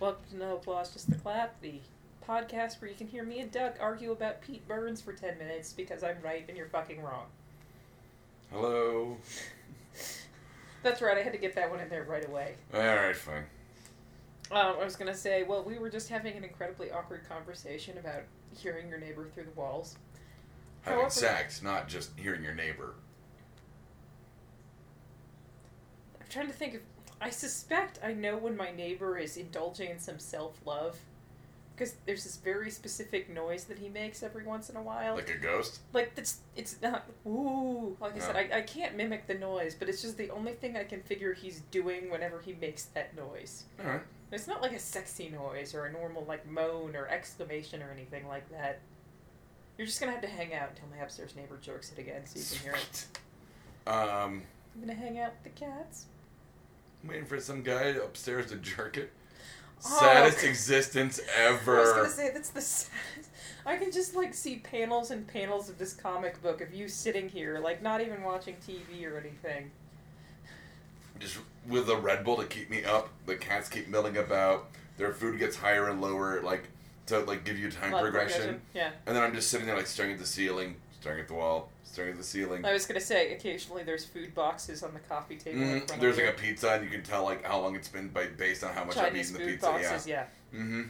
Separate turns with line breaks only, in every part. Welcome to No Applause, Just the Clap, the podcast where you can hear me and Doug argue about Pete Burns for 10 minutes because I'm right and you're fucking wrong.
Hello.
That's right, I had to get that one in there right away.
All right, fine.
Um, I was going to say, well, we were just having an incredibly awkward conversation about hearing your neighbor through the walls.
Having
However-
sex, not just hearing your neighbor.
I'm trying to think of. I suspect I know when my neighbor is indulging in some self love because there's this very specific noise that he makes every once in a while.
Like a ghost?
like it's it's not ooh like i
No.
said I, I can't mimic the noise but it's just the only thing i can figure he's doing whenever he makes that noise
All right.
it's not like a sexy noise or a normal like moan or exclamation or anything like that you're just gonna have to hang out until my upstairs neighbor jerks it again so you can hear it
Um,
i'm gonna hang out with the cats
I'm waiting for some guy upstairs to jerk it.
Oh.
Saddest existence
i was
ever.
gonna say that's the saddest i can just like see panels and panels of this comic book of you sitting here like not even watching tv or anything
Just with a Red Bull to keep me up. The cats keep milling about. Their food gets higher and lower, like to like give you time
Blood
progression.
yeah
And then I'm just sitting there, like staring at the ceiling, staring at the wall, staring at the ceiling.
I was gonna say, occasionally there's food boxes on the coffee table. in
Mm,
front
there's
of you.
like a pizza, and you can tell like how long it's been by based on how much I've
Chinese
eaten the
food
pizza.
boxes, yeah.
Yeah. Mm-hmm.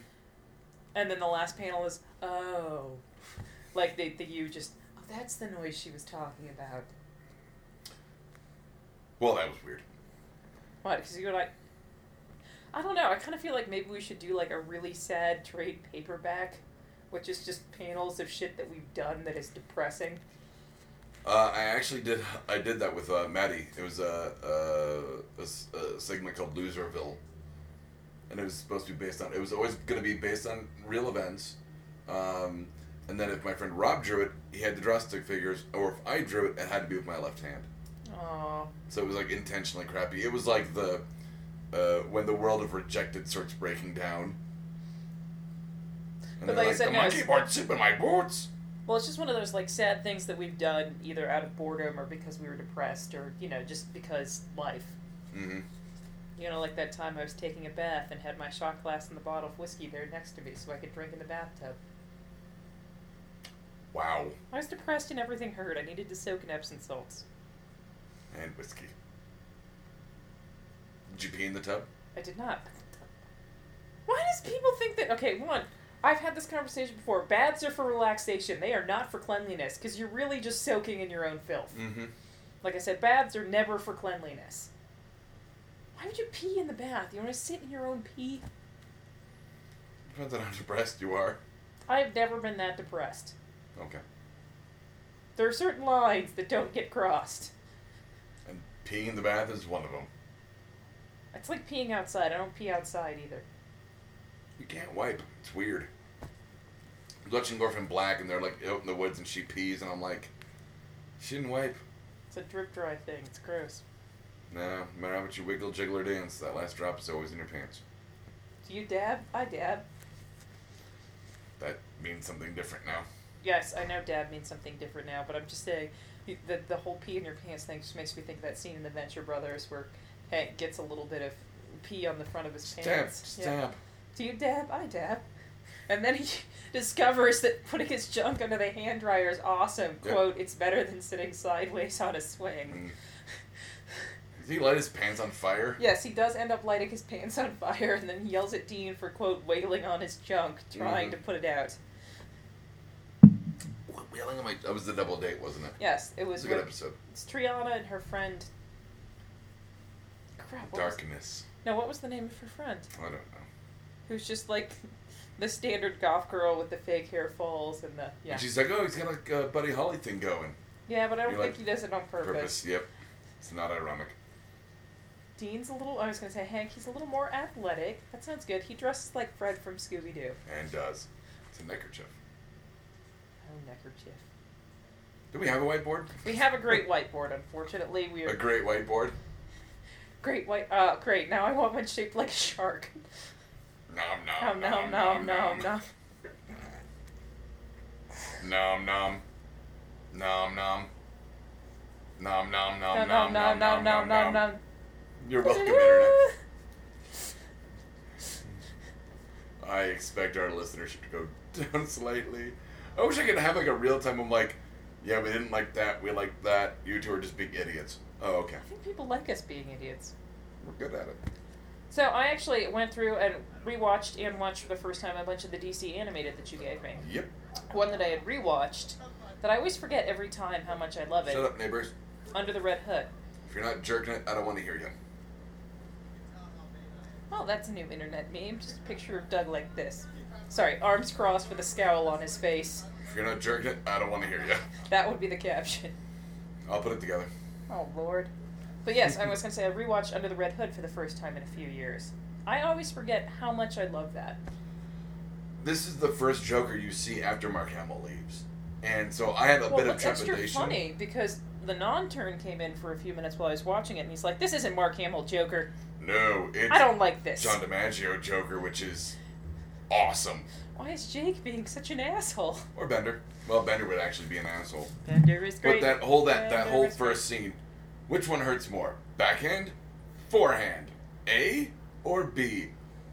And then the last panel is oh, like the the you just oh that's the noise she was talking about.
Well, that was weird.
What? Because you were like, I don't know. I kind of feel like maybe we should do like a really sad trade paperback, which is just panels of shit that we've done that is depressing.
Uh, I actually did. I did that with uh, Maddie. It was uh, uh, a, s- a segment called Loserville, and it was supposed to be based on. It was always going to be based on real events, um, and then if my friend Rob drew it, he had to draw stick figures, or if I drew it, it had to be with my left hand.
Oh,
So it was like intentionally crappy. It was like the uh, when the world of rejected starts breaking down. And
But
they're
like I
like,
said,
the
no,
monkey
it's-
board soup in my boots.
well, it's just one of those like sad things that we've done either out of boredom or because we were depressed or you know just because life.
hmm
You know, like that time I was taking a bath and had my shot glass and the bottle of whiskey there next to me so I could drink in the bathtub.
Wow,
I was depressed and everything hurt. I needed to soak in Epsom salts.
and whiskey. Did you pee in the tub?
I did not. Why does people think that? Okay, one, I've had this conversation before. Baths are for relaxation, they are not for cleanliness because you're really just soaking in your own filth.
Mm-hmm.
Like I said, baths are never for cleanliness. Why would you pee in the bath? You want to sit in your own pee?
Depends on how depressed you are.
I've never been that depressed.
Okay.
There are certain lines that don't get crossed.
And peeing in the bath is one of them.
It's like peeing outside. I don't pee outside either.
You can't wipe. It's weird. I was watching Orphan Black, and they're like out in the woods, and she pees, and I'm like, she didn't wipe.
It's a drip dry thing. It's gross.
No, no matter how much you wiggle, jiggle, or dance, that last drop is always in your pants.
Do you dab? I dab.
That means something different now.
Yes, I know dab means something different now, but I'm just saying the, the whole pee in your pants thing just makes me think of that scene in The Venture Brothers where Hank gets a little bit of pee on the front of his
Stab,
pants. Yeah.
stab.
Do you dab? I dab. And then he discovers that putting his junk under the hand dryer is awesome.
Yeah.
Quote, it's better than sitting sideways on a swing.
Mm. Does he light his pants on fire?
Yes, he does end up lighting his pants on fire and then yells at Dean for, quote, wailing on his junk, trying
Mhm.
to put it out.
What wailing am I? That was the double date, wasn't it?
Yes, it
It
was
was a good
with-
episode.
it's Triana and her friend. Crap. What was,
Darkness.
no, what was the name of her friend?
I don't know.
Who's just like the standard goth girl with the fake hair falls and the. Yeah.
And she's like, oh, he's got like a Buddy Holly thing going.
Yeah, but I don't
You
think
like-
he does it on
Purpose. Yep. It's not ironic.
Dean's a little. I was gonna say Hank. He's a little more athletic. That sounds good. He dresses like Fred from Scooby Doo.
And does. It's a neckerchief.
Oh, neckerchief.
Do we have a whiteboard?
We have a great whiteboard. Unfortunately, we
A
are
great whiteboard.
great white. Uh, great. Now I want one shaped like a shark.
Nom nom
Nom nom nom nom nom.
nom nom nom nom nom nom nom
Nom nom nom nom nom nom nom.
You're welcome, internet. I expect our listenership to go down slightly. I wish I could have like a real time. I'm like, yeah, we didn't like that. We like that. You two are just big idiots. Oh, okay.
I think people like us being idiots.
We're good at it.
So I actually went through and rewatched and watched for the first time a bunch of the DC animated that you gave me.
Yep.
One that I had rewatched that I always forget every time how much I love it.
Shut up, neighbors.
Under the Red Hood.
If you're not jerking it, I don't want to hear you.
Oh, that's a new internet meme. Just a picture of Doug like this. Sorry, arms crossed with a scowl on his face.
If you're not jerking it, I don't want to hear you.
That would be the caption.
I'll put it together.
Oh lord. But yes, I was gonna say I rewatched Under the Red Hood for the first time in a few years. I always forget how much I love that.
This is the first Joker you see after Mark Hamill leaves, and so I had a
well,
bit of
it's extra
trepidation.
funny because the non-turn came in for a few minutes while I was watching it, and he's like, "This isn't Mark Hamill Joker.
No, it's
I don't like this.
John DiMaggio Joker, which is awesome.
Why is Jake being such an asshole?"
Or Bender. Well, Bender would actually be an asshole.
Bender is great.
But that whole that that
Bender
whole
is great.
first scene, which one hurts more, backhand, forehand, A or B?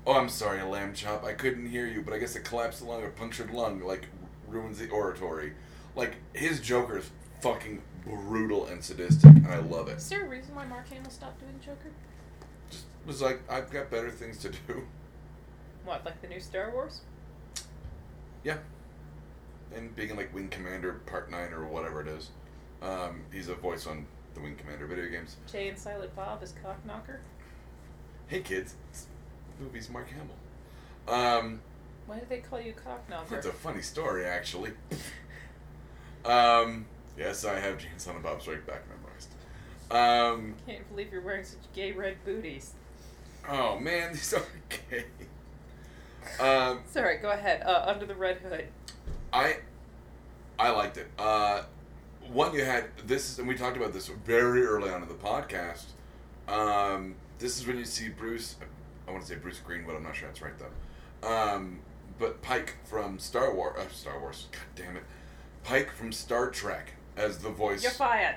Oh, I'm sorry, lamb chop. I couldn't hear you, but I guess a collapsed lung or punctured lung like ruins the oratory. Like his Joker is fucking brutal and sadistic, and I love it.
Is there a reason why Mark Hamill stopped doing Joker?
Just was like, I've got better things to do.
What, like the new Star Wars?
Yeah. And being in, like Wing Commander Part Nine or whatever it is, um, he's a voice on the Wing Commander video games.
Jay and Silent Bob is cock knocker.
Hey kids, it's movie's Mark Hamill. Um,
Why do they call you cock knocker?
that's a funny story actually. um, yes, I have James on Bob's right back memorized. Um,
Can't believe you're wearing such gay red booties.
oh man, these are gay. Um,
Sorry, go ahead. Uh, under the red hood.
I I liked it. Uh, one you had this, is- and we talked about this very early on in the podcast. Um, this is when you see Bruce. I want to say Bruce Greenwood. I'm not sure that's right though. Um, but Pike from Star Wars. Uh, Star Wars. God damn it. Pike from Star Trek as the voice
You're fired.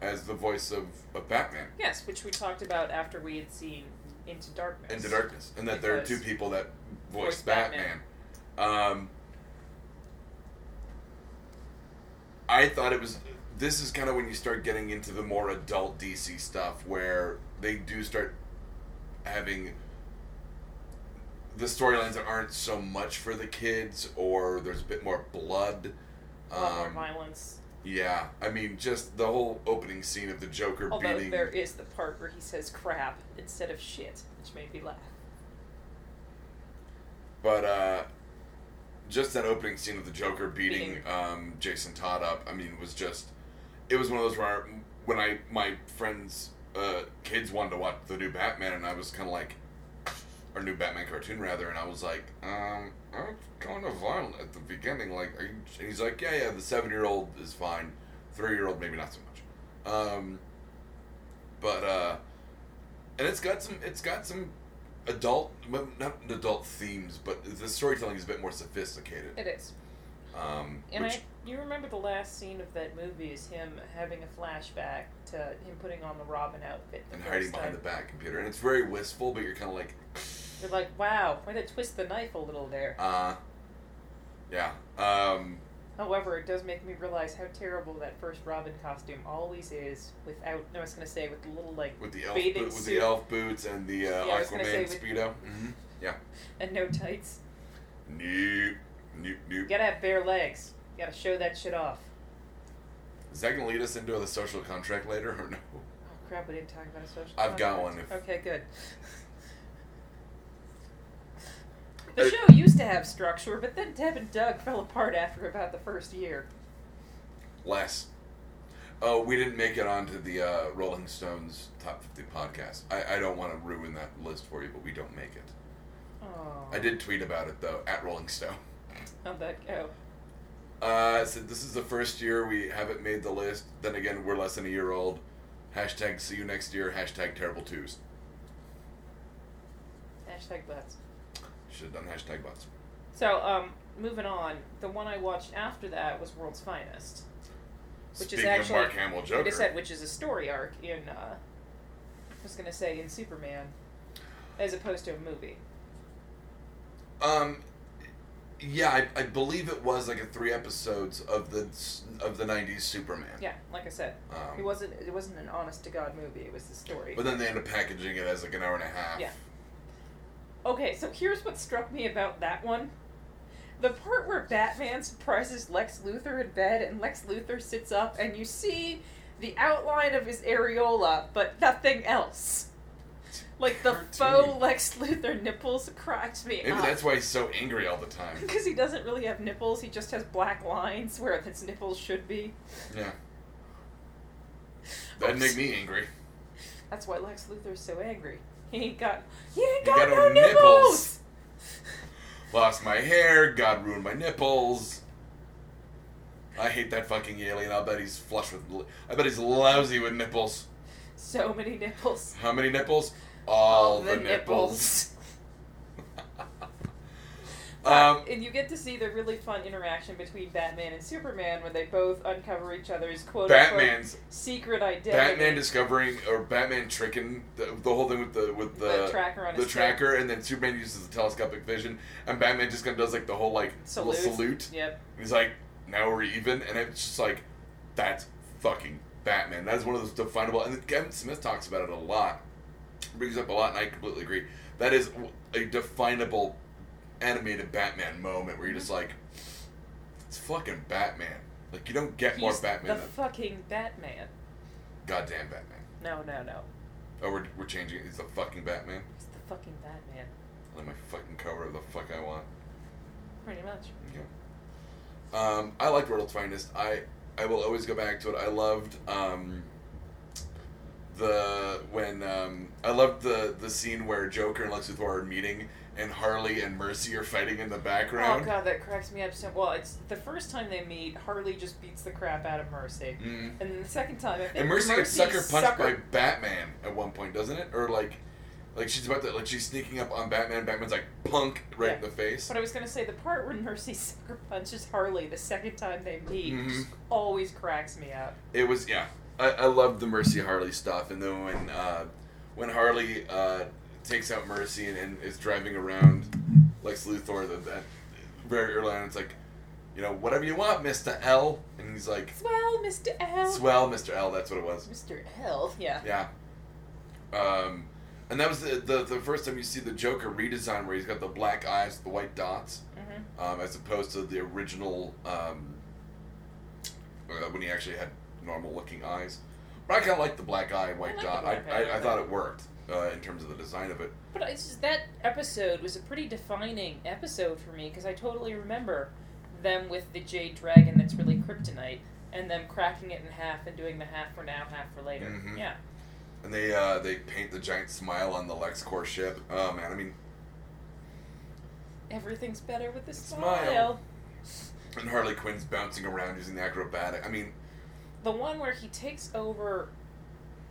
as the voice of, of Batman
Yes, which we talked about after we had seen Into Darkness.
into darkness, and that there are two
Because-
people that voice,
Voice
Batman.
Batman.
Um, I thought it was. This is kind of when you start getting into the more adult DC stuff, where they do start having the storylines that aren't so much for the kids, or there's a bit more blood.
A lot more
Um,
violence.
yeah, I mean, just the whole opening scene of the Joker
Although
beating.
there is the part where he says crap instead of shit, which made me laugh.
But uh, just that opening scene of the Joker beating
Beating.
um, Jason Todd up, I mean, was just it was one of those where I- when I my friends uh, kids wanted to watch the new Batman, and I was kind of like or new Batman cartoon rather, and I was like, um, that's kind of violent at the beginning. Like, are you? And he's like, yeah, yeah, the seven year old is fine, three year old maybe not so much. Um, but uh, and it's got some it's got some adult well, not adult themes but the storytelling is a bit more sophisticated
It is.
um
And
which,
I, you remember the last scene of that movie is him having a flashback to him putting on the Robin outfit. The
and
first
hiding behind
time.
the back computer and it's very wistful but you're kind of like
You're like, wow, way to twist the knife a little there.
uh yeah um
However, it does make me realize how terrible that first Robin costume always is without, I was going to say, with the little, like,
with the elf
Bathing
boot, with the
suit.
elf boots and the uh,
Yeah, I was gonna
aquaman
say with-
speedo mm-hmm. yeah
and no tights.
nope nope nope
You gotta have bare legs. You gotta show that shit off.
is that gonna lead us into the social contract later or no
Oh, crap, we didn't talk about a social
I've got
contract.
one if-
Okay, good. The
Uh,
show used to have structure, but then Deb and Doug fell apart after about the first year.
less oh we didn't make it onto the uh, rolling stones top 50 podcast i, I don't want to ruin that list for you but we don't make it
Oh,
I did tweet about it though at Rolling Stone.
How'd that go?
Uh, I said this is the first year we haven't made the list. Then again, we're less than a year old. Hashtag see you next year. Hashtag terrible twos.
Hashtag butts.
Should have done hashtag bots.
So, um, moving on, the one I watched after that was World's Finest. Which is
Speaking
actually-
of Mark Hamill
Like
Joker,
I said, which is a story arc in, uh, I was gonna say in Superman, as opposed to a movie.
Um, yeah, I, I believe it was like a three episodes of the s- of the '90s Superman.
Yeah, like I said, it
Um,
wasn't it wasn't an honest to god movie. It was the story.
but then they end up packaging it as like an hour and a half.
Yeah. Okay, so here's what struck me about that one. The part where Batman surprises Lex Luthor in bed and Lex Luthor sits up and you see the outline of his areola, but nothing else. Like the
Cartoony.
faux Lex Luthor nipples cracks me
Maybe
up.
that's why he's so angry all the time.
because he doesn't really have nipples, he just has black lines where his nipples should be.
Yeah, that'd make me angry.
That's why Lex Luthor's so angry. He ain't got he ain't
He
got,
got
no
no
nipples.
nipples. Lost my hair. God ruined my nipples. I hate that fucking alien. I'll bet he's flush with. l- I bet he's lousy with nipples.
So many nipples.
How many nipples? All, the, nipples. um,
and you get to see the really fun interaction between Batman and Superman, where they both uncover each other's quote unquote
Batman's
secret identity.
Batman discovering or Batman tricking the, the whole thing with the with
the,
the,
tracker on
the
his back.
tracker, and then Superman uses the telescopic vision, and Batman just kind of does like the whole like little
Salute.
salute.
Yep.
He's like, now we're even, and it's just like, that's fucking Batman. That is one of those definable. And Kevin Smith talks about it a lot, brings up a lot, and I completely agree. That is a definable animated Batman moment where you're just
Mm-hmm.
like, it's fucking Batman. Like you don't get more
He's
Batman
The
than
fucking Batman.
goddamn Batman.
No, no, no.
Oh, we're, we're changing. it. He's the fucking Batman.
He's the fucking Batman.
Let me fucking cover the fuck I want.
Pretty much.
Yeah. Um, I liked World's Finest. I I will always go back to it. I loved um, the when um, I loved the the scene where Joker and Lex Luthor are meeting, and Harley and Mercy are fighting in the background.
Oh god, that cracks me up so. Well, it's the first time they meet. Harley just beats the crap out of Mercy,
Mm.
and then the second time, I think
And Mercy gets sucker punched
sucker-
by Batman at one point, doesn't it? Or like, like she's about to like she's sneaking up on Batman. Batman's like punk right in the face.
But I was gonna say the part when Mercy sucker punches Harley the second time they meet
Mhm.
just always cracks me up.
It was yeah. I, I loved the Mercy Harley stuff, and then when uh, when Harley uh, takes out Mercy and, and is driving around Lex Luthor, that, that very early on, it's like, you know, whatever you want, Mister L, and he's like,
Swell, Mr. L.
swell, Mister L. That's what it was.
Mr. L. Yeah.
Yeah. Um, and that was the, the the first time you see the Joker redesign, where he's got the black eyes, the white dots,
hmm
um, as opposed to the original um, uh, when he actually had normal looking eyes. But I kind of like the black eye,
like
white
the
dot.
black
I,
eye.
I, I thought it worked uh, in terms of the design of it.
But it's just, that episode was a pretty defining episode for me because I totally remember them with the Jade Dragon that's really kryptonite and them cracking it in half and doing the half for now, half for later.
Mhm.
Yeah.
And they uh, they paint the giant smile on the LexCorp ship. Oh man, I mean,
Everything's better with a
Smile.
smile.
and Harley Quinn's bouncing around using the acrobatic. I mean,
The one where he takes over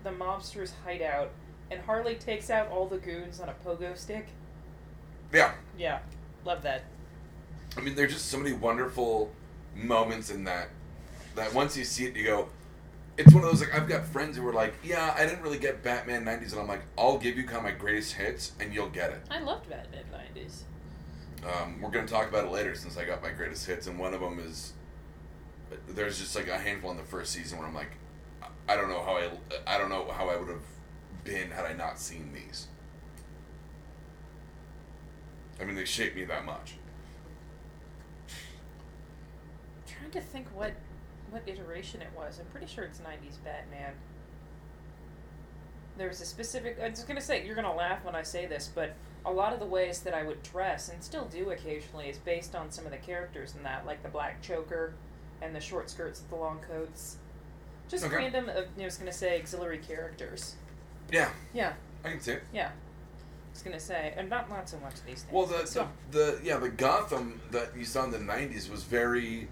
the mobster's hideout and Harley takes out all the goons on a pogo stick.
yeah,
Yeah, love that.
I mean, there's just so many wonderful moments in that. That once you see it, you go. It's one of those like I've got friends who were like, yeah, I didn't really get Batman '90s, and I'm like, I'll give you kind of my greatest hits, and you'll get it.
I loved Batman 90s.
Um, we're going to talk about it later since I got my greatest hits, and one of them is there's just like a handful in the first season where I'm like, I- I don't know how I, I don't know how I would have been had I not seen these. I mean, they shaped me that much.
trying to think what what iteration it was. I'm pretty sure it's 90s Batman. There was a specific. I was gonna say you're gonna laugh when I say this, but a lot of the ways that I would dress and still do occasionally is based on some of the characters in that, like the black choker and the short skirts with the long coats. Just
Okay.
random. Uh, I was gonna say auxiliary characters.
Yeah,
Yeah,
I can see it.
yeah. I was gonna say, and not not so much these things.
Well,
but
the, the,
still.
the yeah, the Gotham that you saw in the '90s was very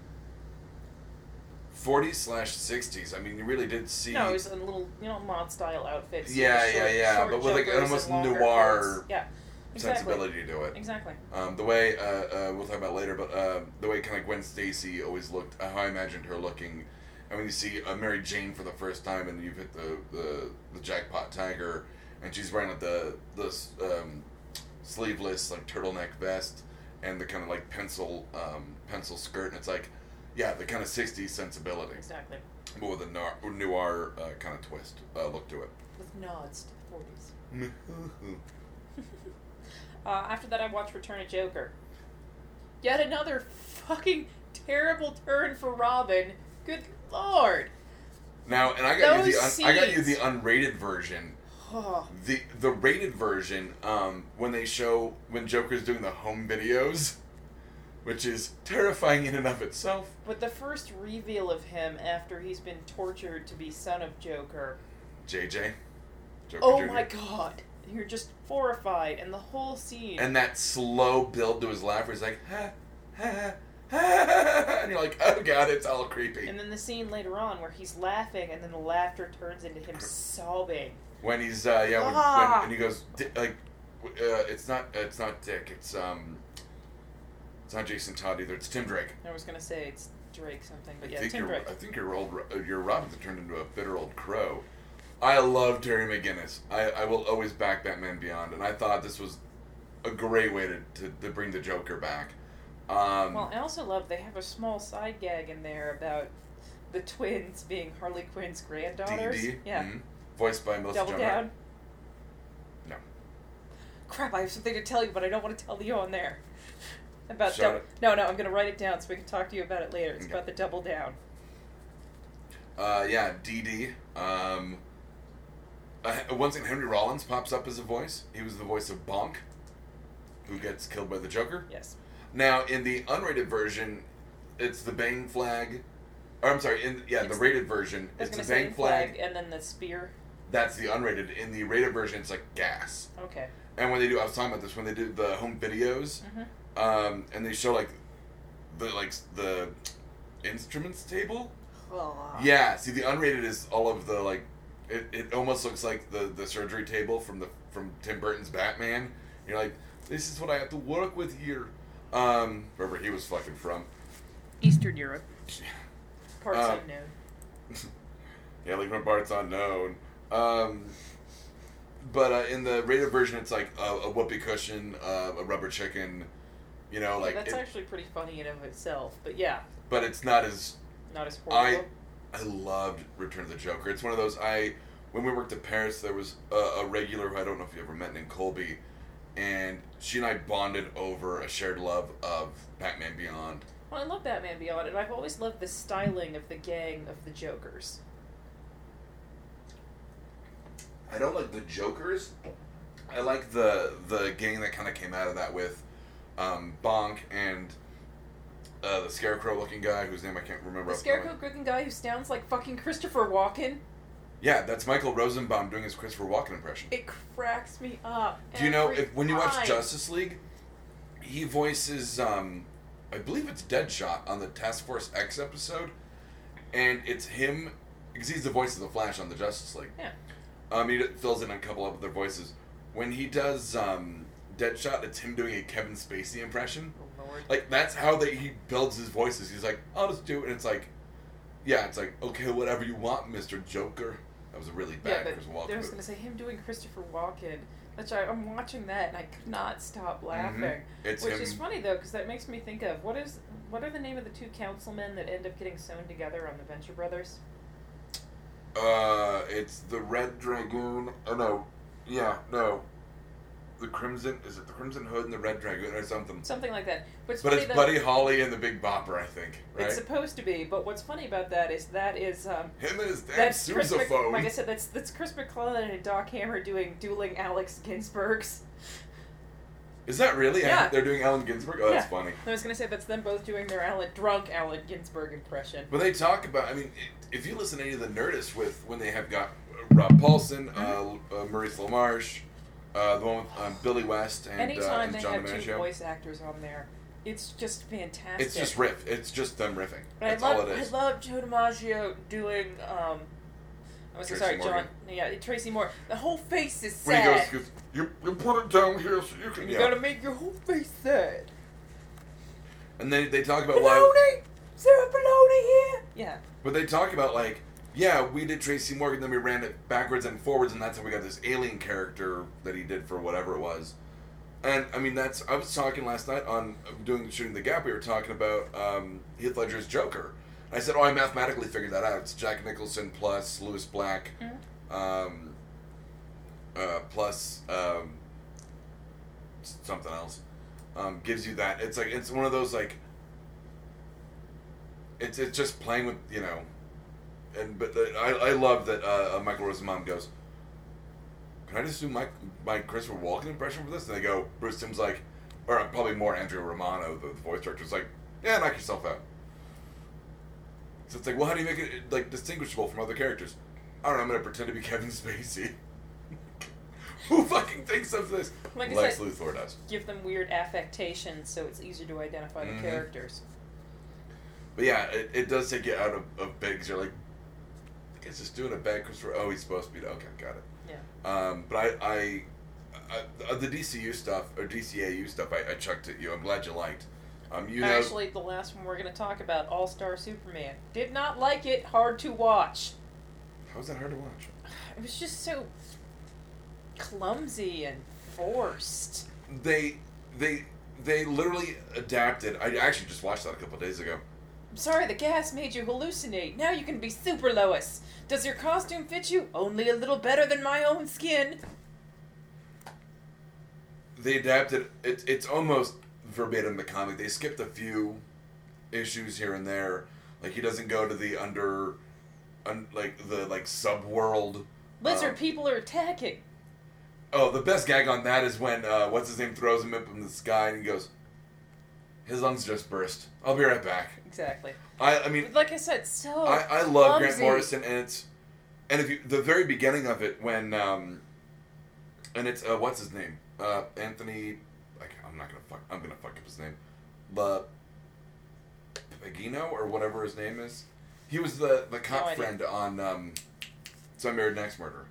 40s slash 60s. I mean, you really did see.
No, it was in little, you know, mod style outfits. you
Yeah,
know, short-
yeah, yeah,
short
but with, like,
jumpers
almost
and longer
noir
coats. Yeah, exactly.
sensibility to it.
Exactly.
Um, the way uh, uh, we'll talk about it later, but uh, the way kind of Gwen Stacy always looked, uh, how I imagined her looking, and when you see uh, Mary Jane for the first time, and you've hit the the, the jackpot tiger, and she's wearing like the the um, sleeveless like turtleneck vest, and the kind of like pencil um, pencil skirt, and it's like, yeah, the kind of '60s sensibility,
Exactly.
but with a noir, noir uh, kind of twist uh, look to it.
With nods to the 40s. Uh, after that, I watched Return of Joker. Yet another fucking terrible turn for Robin. Good lord.
now, and I got you the
Those
un- I got you the
scenes.
unrated version.
Oh,
The the rated version, um, when they show when Joker's doing the home videos, which is terrifying in and of itself.
but the first reveal of him after he's been tortured to be son of Joker.
JJ. Joker
Oh
Jr..
my god. You're just horrified, and the whole scene.
And that slow build to his laugh where he's like, ha, ha, ha, ha, ha, ha," and you're like, oh god, it's all creepy.
And then the scene later on where he's laughing, and then the laughter turns into him sobbing.
When he's, uh, yeah, when,
Ah.
when and he goes, "Di- like, w- uh, it's not, it's not Dick, it's, um, it's not Jason Todd either, it's Tim Drake.
I was gonna say it's Drake something,
I
but yeah,
think
Tim
you're,
Drake.
I think your old, Ro- uh, your Robin that turned into a bitter old crow. I love Terry McGinnis. I, I will always back Batman Beyond, and I thought this was a great way to, to, to bring the Joker back. Um,
Well, I also love they have a small side gag in there about the twins being Harley Quinn's granddaughters.
DD,
Yeah.
mhm, voiced by Melissa
Double
Joan
down.
Hart. No.
Crap, I have something to tell you, but I don't want to tell you on there. About
Shut
double. No, no, I'm gonna write it down so we can talk to you about it later. It's
Okay.
about the double down.
Uh, yeah, DD. Um, uh, once again, Henry Rollins pops up as a voice. He was the voice of Bonk, who gets killed by the Joker.
Yes.
Now, in the unrated version, it's the Bang Flag. Or, I'm sorry, in yeah, the
It's-
rated version,
I was
it's the
gonna say
Bang flag.
and then the spear.
That's the unrated. In the rated version, it's like gas.
Okay.
And when they do, I was talking about this when they do the home videos,
Mhm.
um, and they show like the like the instruments table.
Oh.
Yeah, see, the unrated is all of the like, it, it almost looks like the the surgery table from the from Tim Burton's Batman. You're like, this is what I have to work with here. Um, wherever he was fucking from.
Eastern Europe. Parts
Uh,
unknown.
Yeah, like my Bart's unknown. Um, but uh, in the rated version, it's like a, a whoopee cushion, uh, a rubber chicken, you know,
Yeah,
like.
that's
it-
actually pretty funny in and of itself, but yeah,
but it's not as
not as
I
horrible.
I loved Return of the Joker. It's one of those I when we worked at Paris, there was a, a regular who I don't know if you ever met named Colby, and she and I bonded over a shared love of Batman Beyond.
Well, I love Batman Beyond, and I've always loved the styling of the gang of the Jokers.
I don't like the Jokers. I like the the gang that kind of came out of that with um, Bonk and uh, the Scarecrow looking guy whose name I can't remember.
The
off the top of my-
scarecrow looking guy who sounds like fucking Christopher Walken,
Yeah, that's Michael Rosenbaum doing his Christopher Walken impression.
it cracks me up.
Do you know
every
if when you watch
time.
Justice League, he voices um I believe it's Deadshot on the Task Force X episode, and it's him because he's the voice of the Flash on the Justice League.
Yeah.
Um, he fills in a couple of their voices. When he does um Deadshot, it's him doing a Kevin Spacey impression.
Oh, Lord.
Like that's how they he builds his voices. He's like, I'll just do it, and it's like, yeah, it's like okay, whatever you want, Mister Joker. That was a really
yeah,
bad
but
Chris Walken.
I was
movie.
gonna say him doing Christopher Walken, which I, I'm watching that and I could not stop laughing.
Mm-hmm. It's
Which
him.
is funny though, because that makes me think of what is what are the name of the two councilmen that end up getting sewn together on the Venture Brothers?
Uh, it's the Red Dragoon. Oh no, yeah, no. The Crimson is it the Crimson Hood and the Red Dragoon or something?
Something like that. But it's
But
funny
it's
though-
Buddy Holly and the Big Bopper, I think. Right?
It's supposed to be, but what's funny about that is that is um,
Him and his damn
that's Chris Mc-
sousaphone.
like I said, that's that's Chris McClellan and Doc Hammer doing dueling Alex Ginsbergs.
is that really?
Yeah.
They're doing Allen Ginsberg. Oh, that's
Yeah.
funny.
I was gonna say that's them both doing their Alan drunk Alan Ginsberg impression.
But they talk about. I mean, i if you listen to any of the Nerdist with when they have got uh, Rob Paulson,
Mm-hmm.
uh, uh, Maurice LaMarche, uh, the one with um, Billy West and, uh,
Anytime
and
they
John
have two
DiMaggio.
voice actors on there, it's just fantastic.
it's just riff. It's just them riffing.
But
That's
I love
all it is.
I love Joe DiMaggio doing um I was so
Tracy
sorry, John
Morgan.
yeah, Tracy Moore. The whole face is
When he
sad.
goes, he goes, you, you put it down here so you can
you
yell.
gotta make your whole face sad.
And they, they talk about why,
Baloney! Sarah Baloney here! Yeah.
but they talk about like, yeah, we did Tracy Morgan, then we ran it backwards and forwards, and that's how we got this alien character that he did for whatever it was. And I mean, that's I was talking last night on doing shooting the gap. We were talking about um, Heath Ledger's Joker. I said, "Oh, I mathematically figured that out. It's Jack Nicholson plus Lewis Black, um, uh, plus um, s- something else. Um, gives you that. It's like it's one of those like. It's it's just playing with you know, and but the, I I love that uh, Michael Rosenbaum goes. Can I just do my my Christopher Walken impression for this? And they go, Bruce Tim's like, or probably more Andrea Romano, the, the voice director's like, yeah, knock yourself out. So it's like, well, how do you make it like distinguishable from other characters? I don't know. I'm gonna pretend to be Kevin Spacey. Who fucking thinks of this?
Like I
Lex
said-
Luthor does.
Give them weird affectation so it's easier to identify the
Mhm.
characters.
But yeah, it, it does take you out of, of bigs. You're like, it's just doing a bad Christopher. Oh, he's supposed to be. Okay, got it.
Yeah.
Um, but I, I, I, uh, the DCU stuff or DCAU stuff, I, I chucked at you. I'm glad you liked. Um, you know,
Actually, the last one we're going to talk about, All Star Superman. Did not like it. Hard to watch.
how is that hard to watch?
It was just so clumsy and forced.
They, they, they literally adapted. I actually just watched that a couple days ago.
I'm sorry, the gas made you hallucinate. Now you can be Super Lois. Does your costume fit you? Only a little better than my own skin.
they adapted it, it's almost verbatim the comic they skipped a few issues here and there like he doesn't go to the under un, like the like subworld
Lizard
Um,
people are attacking.
oh the best gag on that is when uh, what's his name throws him up in the sky and he goes his lungs just burst i'll be right back
Exactly.
i i mean
But like I said, so
I, I
Oh,
love Grant
clumsy.
Morrison, and it's and if you the very beginning of it when um and it's uh, what's his name uh Anthony I can't- I'm not gonna fuck I'm gonna fuck up his name but Pagino or whatever his name is he was the the cop
idea.
friend on um So I Married an Ex Murder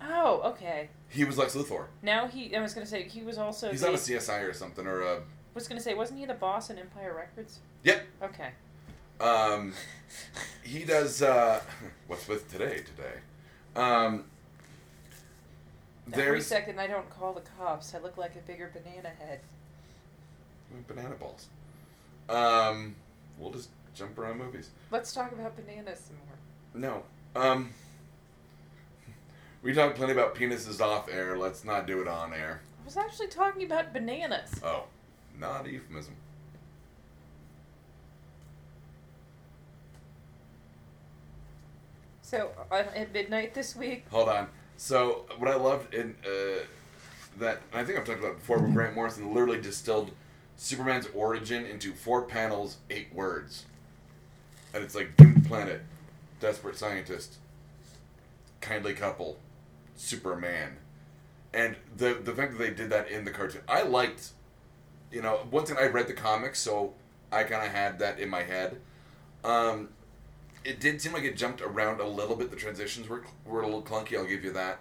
Oh, okay.
he was Lex Luthor
Now he. I was gonna say he was also.
he's
the,
on a CSI or something or uh
was gonna say wasn't he the boss in Empire Records?
yep
Okay.
um he does uh what's with today today um
Every
there's
second I don't call the cops, I look like a bigger banana head.
Banana balls. Um, we'll just jump around movies.
Let's talk about bananas some more.
No. Um, we talked plenty about penises off air. Let's not do it on air.
I was actually talking about bananas.
Oh, not a euphemism.
So uh, at midnight this week,
Hold on. So what I loved in uh, that, and I think I've talked about it before, but Grant Morrison literally distilled Superman's origin into four panels, eight words, and it's like doomed planet, desperate scientist, kindly couple, Superman, and the the fact that they did that in the cartoon, I liked. You know, once again, I read the comics, so I kind of had that in my head. Um, it did seem like it jumped around a little bit. The transitions were were a little clunky. I'll give you that.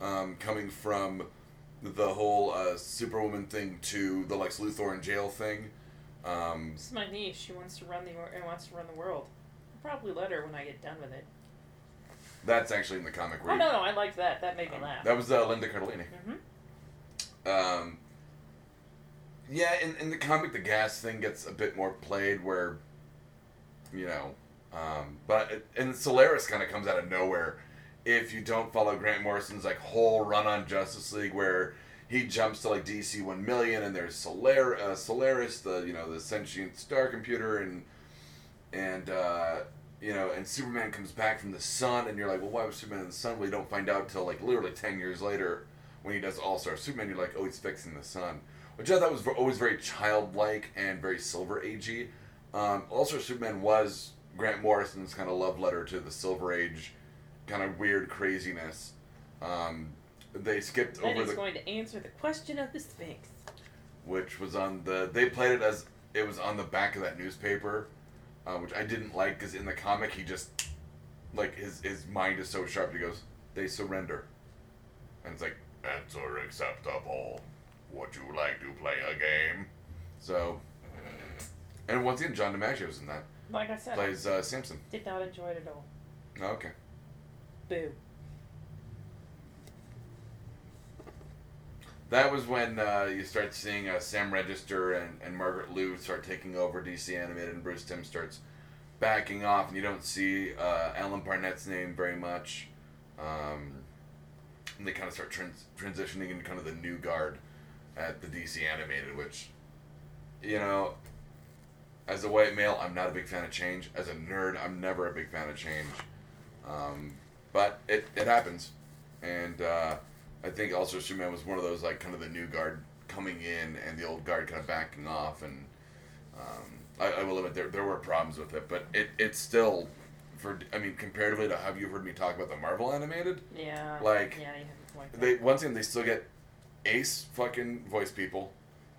Um, coming from the whole uh, Superwoman thing to the Lex Luthor in jail thing. Um,
this is my niece. She wants to run the wor- uh, wants to run the world. I'll probably let her when I get done with it.
that's actually in the comic.
Oh
where
no, no, I liked that. That made me
um,
laugh.
that was uh, Linda Cardellini.
mm-hmm.
Um, yeah, in, in the comic, the gas thing gets a bit more played where, you know, um, but it, and Solaris kind of comes out of nowhere. If you don't follow Grant Morrison's like whole run on Justice League, where he jumps to like DC One Million, and there's Solar uh, Solaris, the you know the sentient star computer, and and uh, you know, and Superman comes back from the sun, and you're like, well, why was Superman in the sun? Well, you don't find out till like literally ten years later when he does All Star Superman. You're like, oh, he's fixing the sun, which I thought was ver- always very childlike and very Silver Agey. Um, All Star Superman was Grant Morrison's kind of love letter to the Silver Age, kind of weird craziness. Um, they skipped
Then
over
he's
the
going to answer the question of the Sphinx.
which was on the they played it as it was on the back of that newspaper uh, which i didn't like because in the comic he just like his his mind is so sharp he goes they surrender and it's like that's unacceptable would you like to play a game so and once again john dimaggio's in that
Like I said,
plays uh, simpson
did not enjoy it at all.
okay
Boo.
That was when uh, you start seeing uh, Sam Register and, and Margaret Liu start taking over DC Animated, and Bruce Tim starts backing off, and you don't see uh, Alan Barnett's name very much. Um, and they kind of start trans- transitioning into kind of the new guard at the DC Animated, which, you know, as a white male, I'm not a big fan of change. As a nerd, I'm never a big fan of change. Um, but it, it happens. And uh, I think also Superman was one of those, like, kind of the new guard coming in and the old guard kind of backing off. And um, I, I will admit, there, there were problems with it. But it, it's still, for I mean, comparatively to have you heard me talk about the Marvel animated,
Yeah.
Like,
yeah, you have a point.
they once again they still get ace fucking voice people.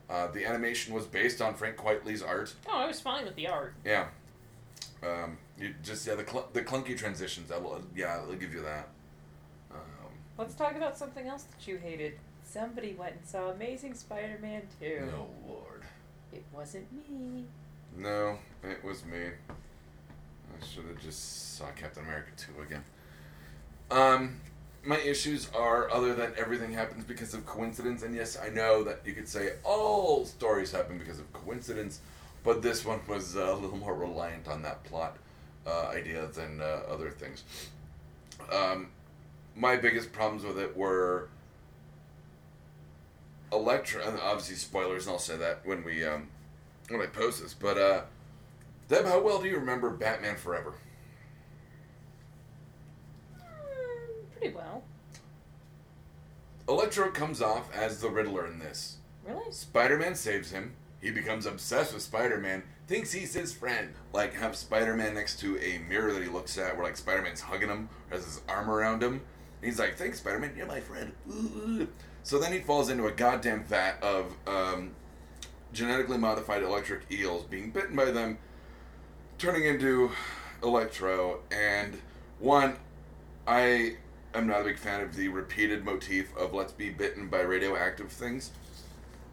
Uh, the animation was based on Frank Quitely's art.
oh, I was fine with the art.
Yeah. Um, you just yeah the cl- the clunky transitions. I will yeah I'll give you that. Um,
Let's talk about something else that you hated. Somebody went and saw Amazing Spider-Man 2.
no lord.
It wasn't me.
No, it was me. I should have just saw Captain America two again. Um, my issues are other than everything happens because of coincidence, and yes, I know that you could say all stories happen because of coincidence, but this one was uh, a little more reliant on that plot uh, idea than uh, other things. Um, my biggest problems with it were Electra. and Obviously, spoilers, and I'll say that when we um, when I post this. But uh, Deb, how well do you remember Batman Forever?
Mm, pretty well.
Electro comes off as the Riddler in this.
Really?
Spider Man saves him. He becomes obsessed with Spider Man, thinks he's his friend. Like, have Spider Man next to a mirror that he looks at where, like, Spider Man's hugging him, has his arm around him. And he's like, Thanks, Spider Man, you're my friend. Ooh, ooh. So then he falls into a goddamn vat of um, genetically modified electric eels, being bitten by them, turning into Electro. And one, I am not a big fan of the repeated motif of let's be bitten by radioactive things.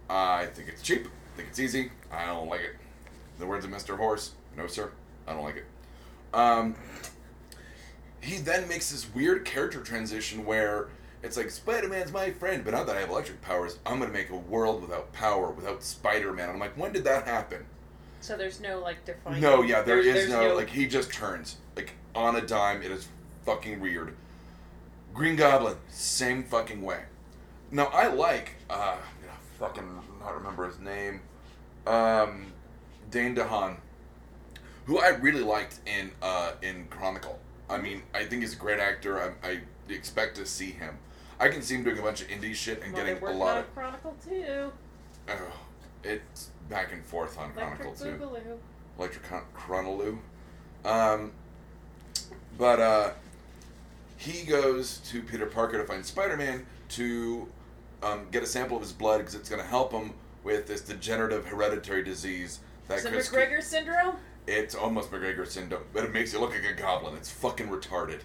I think it's cheap. I think it's easy. I don't like it. The words of Mr. Horse, no sir, I don't like it. Um, he then makes this weird character transition where it's like Spider Man's my friend, but now that I have electric powers, I'm gonna make a world without power, without Spider Man. I'm like, when did that happen?
So there's no like defining.
No, yeah, there
there's,
is
there's
no, like he just turns like on a dime. It is fucking weird. Green Goblin, same fucking way. Now I like uh, I'm gonna fucking not remember his name, um, Dane DeHaan, who I really liked in uh, in Chronicle. I mean, I think he's a great actor. I, I expect to see him. I can see him doing a bunch of indie shit and
well,
getting
they're
a lot
working on
of.
Chronicle 2.
Oh, it's back and forth on Chronicle
Electric
too.
Boogaloo.
Electric Chron- Chronolu. Um, but uh, he goes to Peter Parker to find Spider Man to um, get a sample of his blood because it's going to help him with this degenerative hereditary disease. That
Is it
Chris-
McGregor syndrome?
It's almost McGregor syndrome, but it makes you look like a goblin. It's fucking retarded.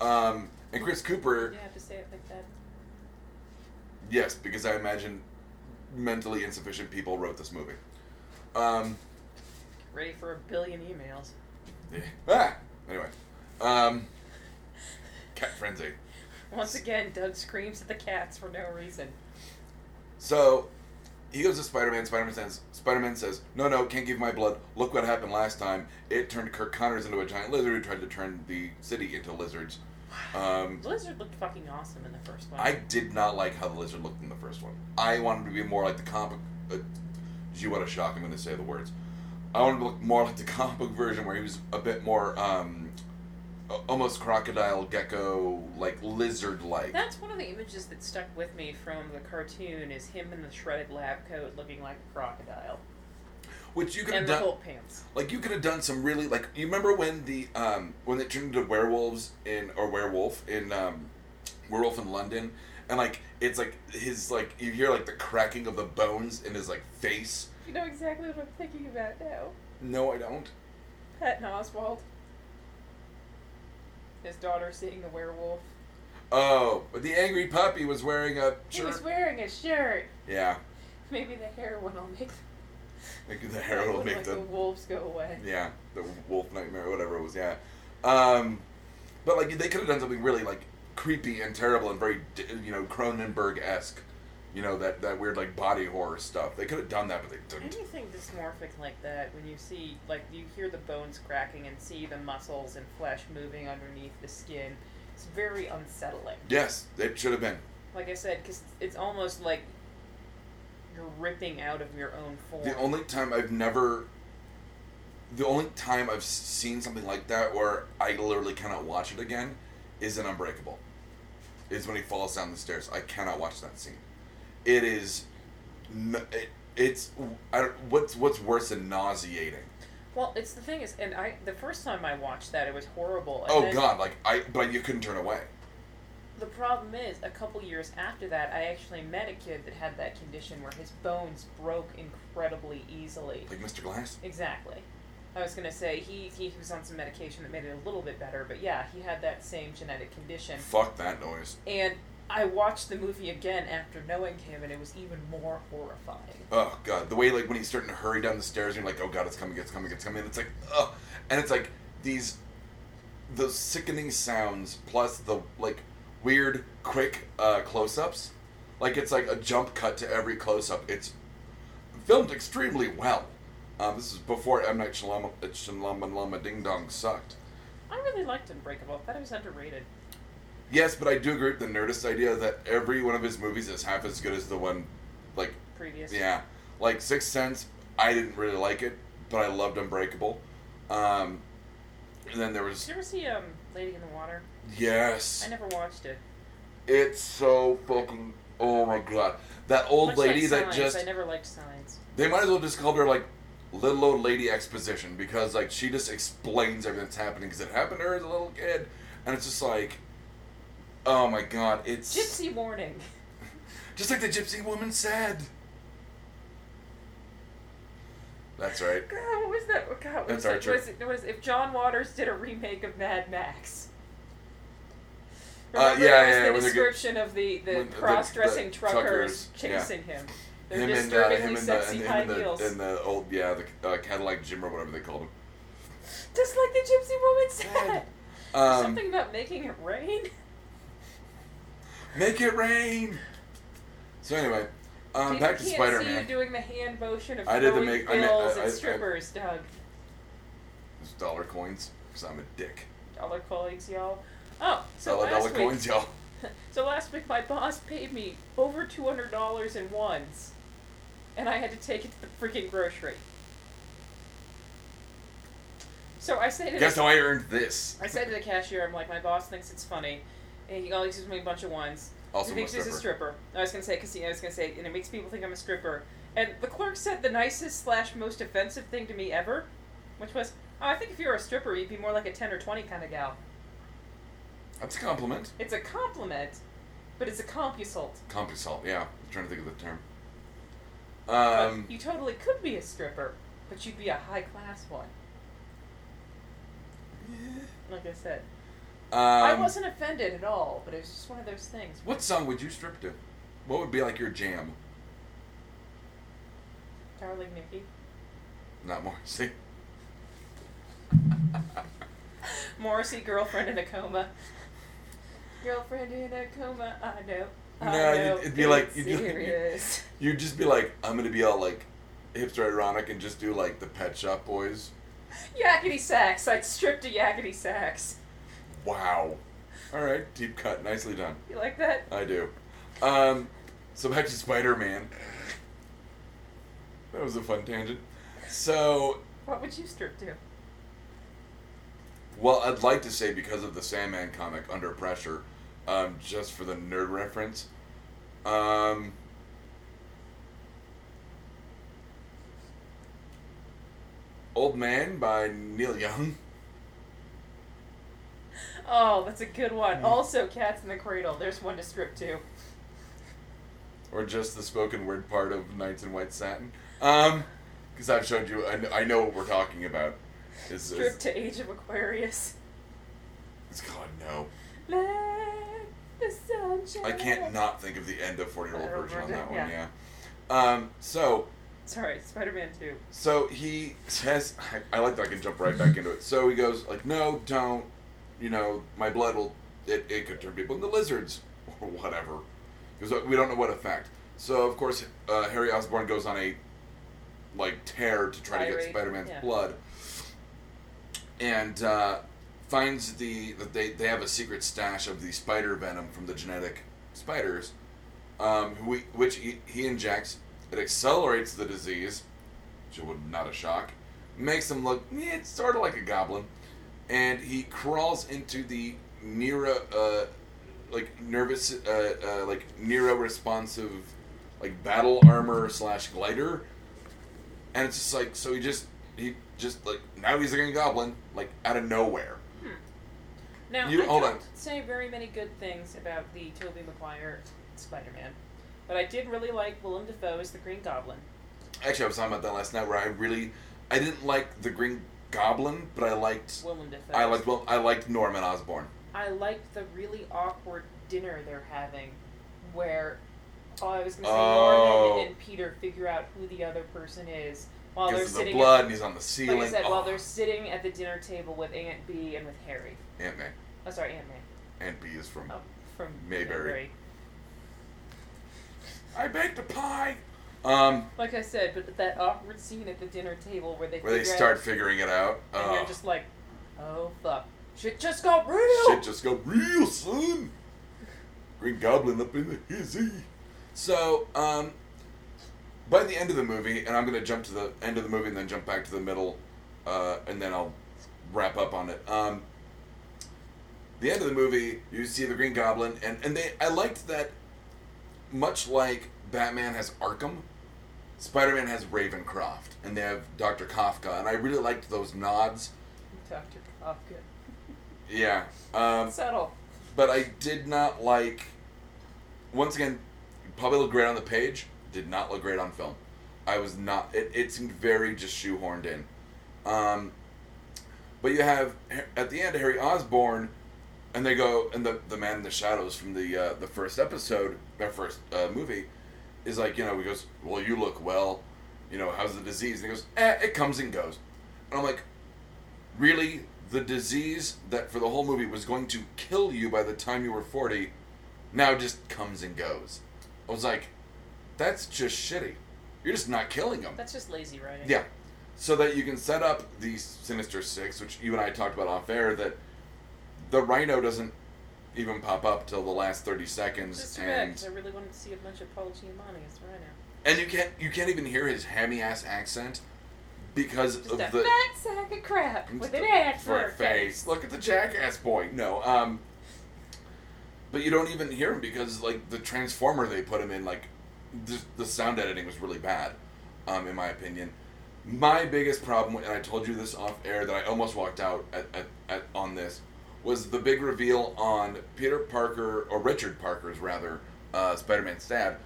Um, and Chris Cooper.
You have to say it like that.
Yes, because I imagine mentally insufficient people wrote this movie. Um,
Ready for a billion emails.
yeah. ah, anyway, um, cat frenzy.
Once again, Doug screams at the cats for no reason.
So he goes to Spider Man. Spider Man says, Spider Man says, "No, no, can't give my blood. Look what happened last time. It turned Kirk Connors into a giant lizard who tried to turn the city into lizards." Um,
Blizzard looked fucking awesome in the first one.
I did not like how the lizard looked in the first one. I wanted to be more like the comic. Uh, gee, what a shock! I'm going to say the words. I wanted to look more like the comic book version where he was a bit more um, a- almost crocodile, gecko, like lizard like.
That's one of the images that stuck with me from the cartoon is him in the shredded lab coat looking like a crocodile.
Which you could have
And the
done.
Hulk pants.
Like you could have done some really like you remember when the um when they turned into werewolves in or werewolf in um werewolf in London and like it's like his like you hear like the cracking of the bones in his like face.
You know exactly what I'm thinking about now.
No, I don't.
Patton Oswald. His daughter seeing the werewolf.
Oh, but the angry puppy was wearing a
He was
shirt.
wearing a shirt.
yeah,
Maybe the heroin will make
like the hair will make
like
the
the wolves go away.
yeah the wolf nightmare whatever it was yeah, um, but like they could have done something really like creepy and terrible and very d- you know Cronenberg esque You know that that weird like body horror stuff. They could have done that, but they didn't.
Anything dysmorphic like that, when you see, like, you hear the bones cracking and see the muscles and flesh moving underneath the skin, it's very unsettling.
Yes, it should have been.
Like I said, because it's almost like you're ripping out of your own form.
The only time I've never, the only time I've seen something like that where I literally cannot watch it again, is in Unbreakable. Is when he falls down the stairs. I cannot watch that scene. It is, n- it, it's I don't, what's what's worse than nauseating.
well, it's the thing is, and I the first time I watched that, it was horrible. And
Oh
then
God! Like I, but you couldn't turn away.
The problem is, a couple years after that, I actually met a kid that had that condition where his bones broke incredibly easily.
Like Mr. Glass.
Exactly. I was gonna say he, he he was on some medication that made it a little bit better, but yeah, he had that same genetic condition.
Fuck that noise.
And I watched the movie again after knowing him, and it was even more horrifying.
Oh god, the way like when he's starting to hurry down the stairs, you're like, oh god, it's coming, it's coming, it's coming. And it's like, oh, and it's like these, the sickening sounds plus the like weird quick uh, close-ups, like it's like a jump cut to every close-up. It's filmed extremely well. Um, this is before M Night Shyamalan, uh, Shyamalan Lama Ding Dong sucked.
I really liked Unbreakable. I thought it was underrated.
Yes, but I do agree with the Nerdist idea that every one of his movies is half as good as the one, like
Previous.
Yeah, like Sixth Sense, I didn't really like it, but I loved Unbreakable. Um, and then there
Did
was
you ever see um Lady in the Water?
yes,
I never watched it.
it's so fucking oh my god, that old
Much
lady
like
that
Signs,
just
I never liked Signs.
they might as well just call her like little old lady exposition because like she just explains everything that's happening because it happened to her as a little kid, and it's just like, oh my god, it's
Gypsy Warning.
just like the gypsy woman said. That's right.
God, what was that? God, what
That's
was that-
Archer.
Was it, was if John Waters did a remake of Mad Max?
Uh,
Remember,
yeah,
it was
yeah,
the
it was a good-
description of the, the
When the-
cross-dressing
the
truckers,
truckers, yeah.
chasing him. They're
him and, uh,
disturbingly
him and
sexy
the, and,
high
him and
heels,
the, and the old yeah the uh, Cadillac Jim or whatever they called him.
just like the gypsy woman said.
Bad. Um,
Something about making it rain.
Make it rain. So anyway, um,
People
back to
can't
Spider
see you
Man.
doing the hand motion of
I did the
throwing
make- I mean,
bills
I- I- I-
and strippers, Doug.
Dollar coins, because I'm a dick.
Dollar colleagues, y'all. Oh, so
Dollar dollar
last week,
coins, y'all.
So last week, my boss paid me over two hundred dollars in ones, and I had to take it to the freaking grocery. So I say to
Guess
the,
how I earned this.
I said to the cashier, I'm like, my boss thinks it's funny, and he always gives me a bunch of ones.
Also,
he
I'm a
thinks he's a
stripper.
stripper. I was gonna say casino. I was gonna say, and it makes people think I'm a stripper. And the clerk said the nicest slash most offensive thing to me ever, which was, oh, I think if you were a stripper, you'd be more like a ten or twenty kind of gal.
That's a compliment.
It's a compliment, but it's a compusult.
Compusalt, yeah. I'm trying to think of the term.
But
Um,
you totally could be a stripper, but you'd be a high class one. Like I said, I
um,
wasn't offended at all, but it was just one of those things.
What song would you strip to? What would be like your jam?
darling Nikki?
Not more. See.
Morrissey, girlfriend in a coma. Girlfriend in a coma. I know. I
No,
know,
you'd- it'd be like-
it's
you'd be like-
serious.
You'd just be like, I'm gonna be all like hipster ironic and just do like the Pet Shop Boys.
yakety sax. I'd strip to yakety sax.
Wow. All right, deep cut, nicely done.
You like that?
I do. Um, so back to Spider Man. That was a fun tangent. So,
What would you strip to?
well, I'd like to say because of the Sandman comic Under Pressure, um, just for the nerd reference, um, Old Man by Neil Young.
Oh, that's a good one.
Hmm.
Also, Cats in the Cradle. There's one to strip to.
or just the spoken word part of Knights in White Satin. Um, because I've showed you, I, kn- I know what we're talking about. Is,
Strip
is,
to Age of Aquarius.
is- God no,
Let the sunshine.
I can't not think of the end of Forty Year Old Version on that one.
Yeah.
Yeah. Um. So
Sorry, Spider-Man Two.
so he says, I, I like that I can jump right back into it. So he goes like, no, don't. You know, my blood will. It, it could turn people into lizards or whatever. Because we don't know what effect. So of course, uh, Harry Osborn goes on a like tear to try to
Tirade,
get Spider-Man's
yeah.
blood, and uh, finds the that they they have a secret stash of the spider venom from the genetic spiders, um, who we, which he, he injects. It accelerates the disease, which would not a shock. Makes him look eh, it's sort of like a goblin, and he crawls into the Nero, uh, like nervous, uh, uh, like Nero responsive, like battle armor slash glider, and it's just like so he just he just like now he's like a goblin like out of nowhere.
Now,
You-
I
hold
don't
on.
say very many good things about the Tobey Maguire Spider-Man, but I did really like Willem Dafoe as the Green Goblin.
Actually, I was talking about that last night where I really I didn't like the Green Goblin, but I liked
Willem Dafoe.
I liked well I liked Norman Osborn.
I liked the really awkward dinner they're having, where oh, I was going to say
Oh.
Norman and Peter figure out who the other person is while they're
Because of the
sitting.
blood, and he's on the
At,
ceiling.
like I said,
oh,
while they're sitting at the dinner table with Aunt B and with Harry.
Aunt May,
Oh, sorry, Aunt May.
Aunt B is from.
Oh, from
Mayberry. I baked a pie. Um,
Like I said, but that awkward scene at the dinner table where they
where they
figure out-
start figuring it out.
and
Oh.
you're just like, oh fuck, shit just got real.
Shit just go real, son. Green Goblin up in the hizzy. So, um, by the end of the movie, and I'm gonna jump to the end of the movie and then jump back to the middle, uh, and then I'll wrap up on it. Um, the end of the movie, you see the Green Goblin, and and they, I liked that, much like Batman has Arkham, Spider-Man has Ravencroft, and they have Doctor Kafka, and I really liked those nods.
Doctor Kafka.
Yeah. Um,
Settle.
but I did not like. Once again, probably look great on the page. Did not look great on film. I was not. It, it seemed very just shoehorned in. Um, but you have at the end Harry Osborn, and they go and the the man in the shadows from the uh, the first episode, their first uh, movie, is like you know he goes well you look well, you know how's the disease and he goes eh it comes and goes, and I'm like really the disease that for the whole movie was going to kill you by the time you were 40 now just comes and goes i was like that's just shitty you're just not killing them
That's just lazy writing.
yeah so that you can set up the sinister six which you and i talked about off air that the rhino doesn't even pop up till the last 30 seconds
Just too bad,
and
'cause I really wanted to see a bunch of Paul Giamatti as Rhino.
and you can't you can't even hear his hammy ass accent because
Just
of
a
the
fat sack of crap with an ad for a face.
Look at the jackass boy. No, um, but you don't even hear him because like the transformer they put him in, like the, the sound editing was really bad, um, in my opinion. My biggest problem, and I told you this off air, that I almost walked out at, at, at on this, was the big reveal on Peter Parker or Richard Parker's rather, uh, Spider-Man's dad,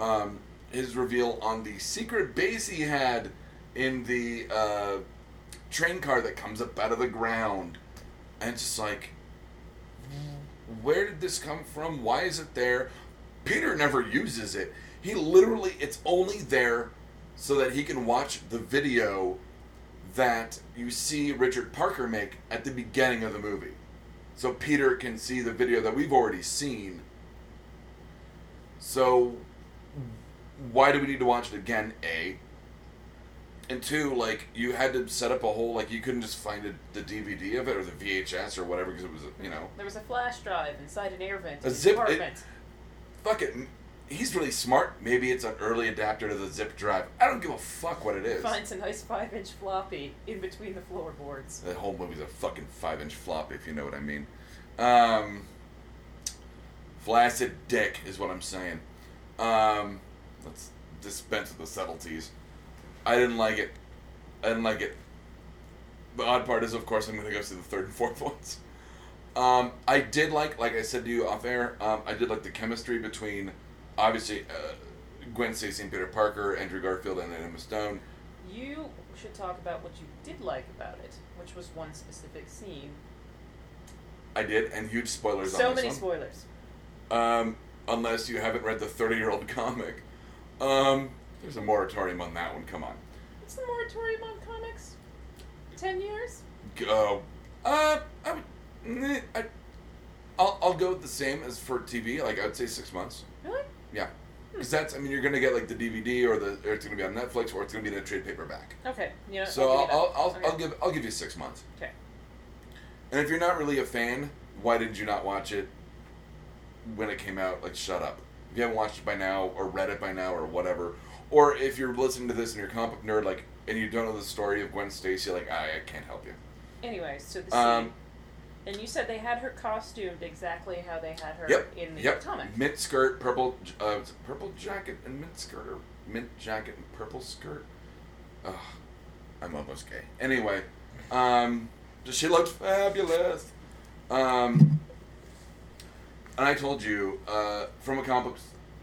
um, his reveal on the secret base he had in the uh, train car that comes up out of the ground, and it's just like, where did this come from? Why is it there? Peter never uses it. He literally, it's only there so that he can watch the video that you see Richard Parker make at the beginning of the movie. So Peter can see the video that we've already seen. So why do we need to watch it again? A. And two, like you had to set up a whole like you couldn't just find a, the DVD of it or the VHS or whatever because it was you know
There was a flash drive inside an air vent.
A
in his
zip- it-
Apartment.
fuck it. m- He's really smart. Maybe it's an early adapter to the zip drive. I don't give a fuck what it is.
Finds a nice five-inch floppy in between the floorboards.
The whole movie's a fucking five inch flop, if you know what I mean. Um, flaccid dick is what I'm saying. Um, let's dispense with the subtleties. I didn't like it. I didn't like it. The odd part is, of course, I'm going to go see the third and fourth ones. Um, I did like, like I said to you off air, um, I did like the chemistry between, obviously, uh, Gwen Stacy and Peter Parker, Andrew Garfield, and Emma Stone.
You should talk about what you did like about it, which was one specific scene.
I did, and huge spoilers
so
on this
many
one.
spoilers.
um, unless you haven't read the 30 year old comic. Um, there's a moratorium on that one, come on.
What's the moratorium on comics? Ten years?
Go. Uh, I would. meh, I, I'll, I'll go with the same as for TV, like I would say six months.
Really?
Yeah. Because that's, I mean, you're gonna get like the DVD or the, or it's gonna be on Netflix or it's gonna be in a trade paperback.
Okay. You know,
So
I'll give you
I'll, I'll,
that.
I'll,
Okay.
I'll give, I'll give you six months.
Okay.
And if you're not really a fan, why did you not watch it when it came out? Like, shut up. If you haven't watched it by now, or read it by now, or whatever, or if you're listening to this and you're a comic book nerd, like, and you don't know the story of Gwen Stacy, like, I, I can't help you.
Anyway, so the
Um,
scene. And you said they had her costumed exactly how they had her
Yep,
in the
yep.
comic.
Mint skirt, purple, j- uh, was it purple jacket and mint skirt, or mint jacket and purple skirt. Ugh, I'm almost gay. Anyway, um, just- she looked fabulous. Um, and I told you, uh, from a comic book,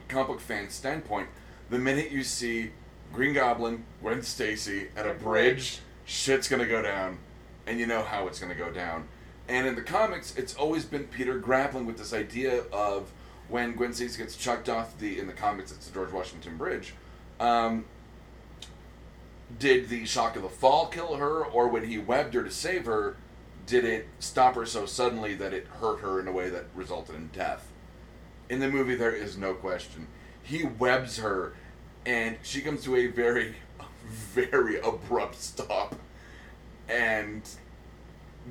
comic book fan standpoint, the minute you see Green Goblin, Gwen Stacy at a
A
bridge,
bridge.
shit's gonna go down, and you know how it's gonna go down. And in the comics, it's always been Peter grappling with this idea of when Gwen Stacy gets chucked off the in the comics, it's the George Washington Bridge. Um, did the shock of the fall kill her, or when he webbed her to save her, did it stop her so suddenly that it hurt her in a way that resulted in death? In the movie, there is no question. He webs her, and she comes to a very, very abrupt stop, and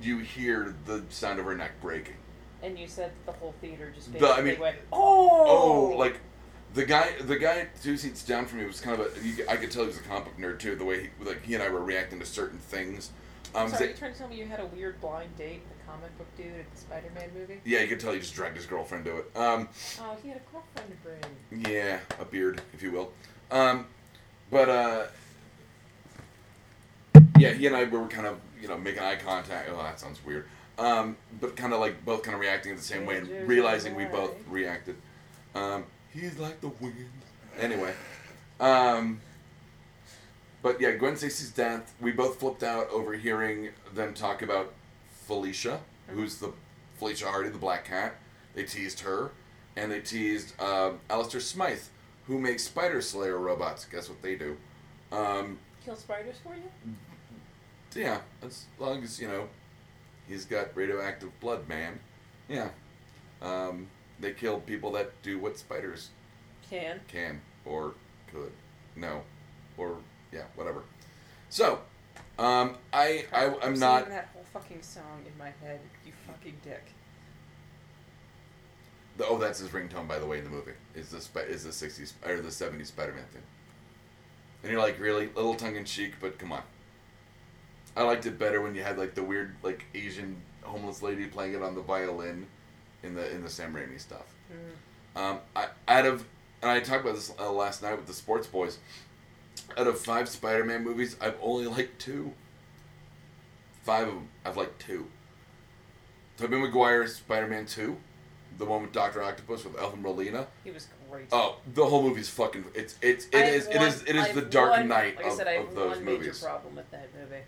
you hear the sound of her neck breaking.
And you said that the whole theater just
The- I
basically
mean-
went, oh!
Oh, like the guy, the guy two seats down from me was kind of a. You, I could tell he was a comic book nerd too. The way he, like he and I were reacting to certain things. Um,
Sorry,
they-
you trying to tell me you had a weird blind date with the comic book dude at the Spider-Man movie?
yeah, you could tell he just dragged his girlfriend to it. Um,
Oh, he had a girlfriend to bring.
yeah, a beard, if you will. Um, but uh, yeah, he and I we were kind of you know making eye contact. Oh, that sounds weird. Um, but kind of like both kind of reacting the same way and realizing we both reacted. Um, he's like the wind. Anyway, um, but yeah, Gwen Stacy's death. We both flipped out over hearing them talk about Felicia, who's the Felicia Hardy, the Black Cat. They teased her, and they teased um, Alistair Smythe, who makes Spider Slayer robots. Guess what they do? Um,
Kill spiders for you?
yeah, as long as you know, he's got radioactive blood, man. Yeah, um, they kill people that do what spiders
Can.
can or could, no, or yeah, whatever. So, um, I, I I'm
singing
not.
that whole fucking song in my head, you fucking dick.
The, oh, that's his ringtone, by the way, in the movie. Is the spi- is the '60s or the '70s Spider-Man thing? And you're like, really, little tongue in cheek, but come on. I liked it better when you had like the weird like Asian homeless lady playing it on the violin, in the in the Sam Raimi stuff.
Mm.
Um, I, out of and I talked about this uh, last night with the sports boys. Out of five Spider-Man movies, I've only liked two. Five of them, I've liked two. Tobey Maguire's Spider-Man Two, the one with Doctor Octopus with Alfred Molina.
He was great.
Oh, the whole movie's fucking. It's it's it
I have
is it
one-
is it
I
is
have
the Dark
one-
Knight
Like
of,
I said, I have
of those
one major
movies.
problem with that movie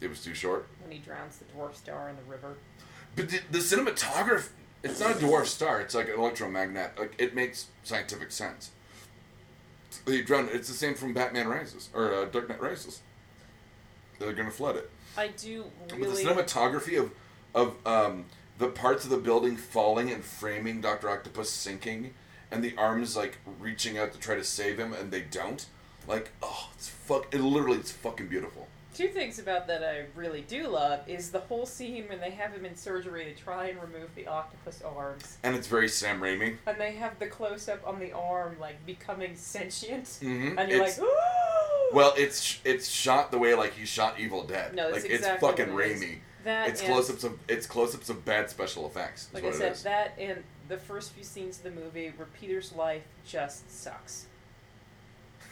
It was too short.
when he drowns the dwarf star in the river.
But the, the cinematography, it's not a dwarf star. It's like an electromagnet. Like it makes scientific sense. They drown. It's the same from Batman Rises or uh, Dark Knight Rises. They're gonna flood it.
I do
But the
really.
cinematography of of um, the parts of the building falling and framing Doctor Octopus sinking, and the arms like reaching out to try to save him, and they don't. Like oh, it's fuck. It literally, it's fucking beautiful.
Two things about that I really do love is the whole scene when they have him in surgery to try and remove the octopus arms,
And it's very Sam Raimi.
and they have the close up on the arm like becoming sentient,
Mm-hmm.
and you're like, ooh.
Well, it's it's shot the way like he shot Evil Dead.
No, that's
like
exactly
it's fucking
what it is.
Raimi.
that
It's
and-
close ups of it's close ups of bad special effects. Is
Like I
what
said,
it is.
that and the first few scenes of the movie where Peter's life just sucks.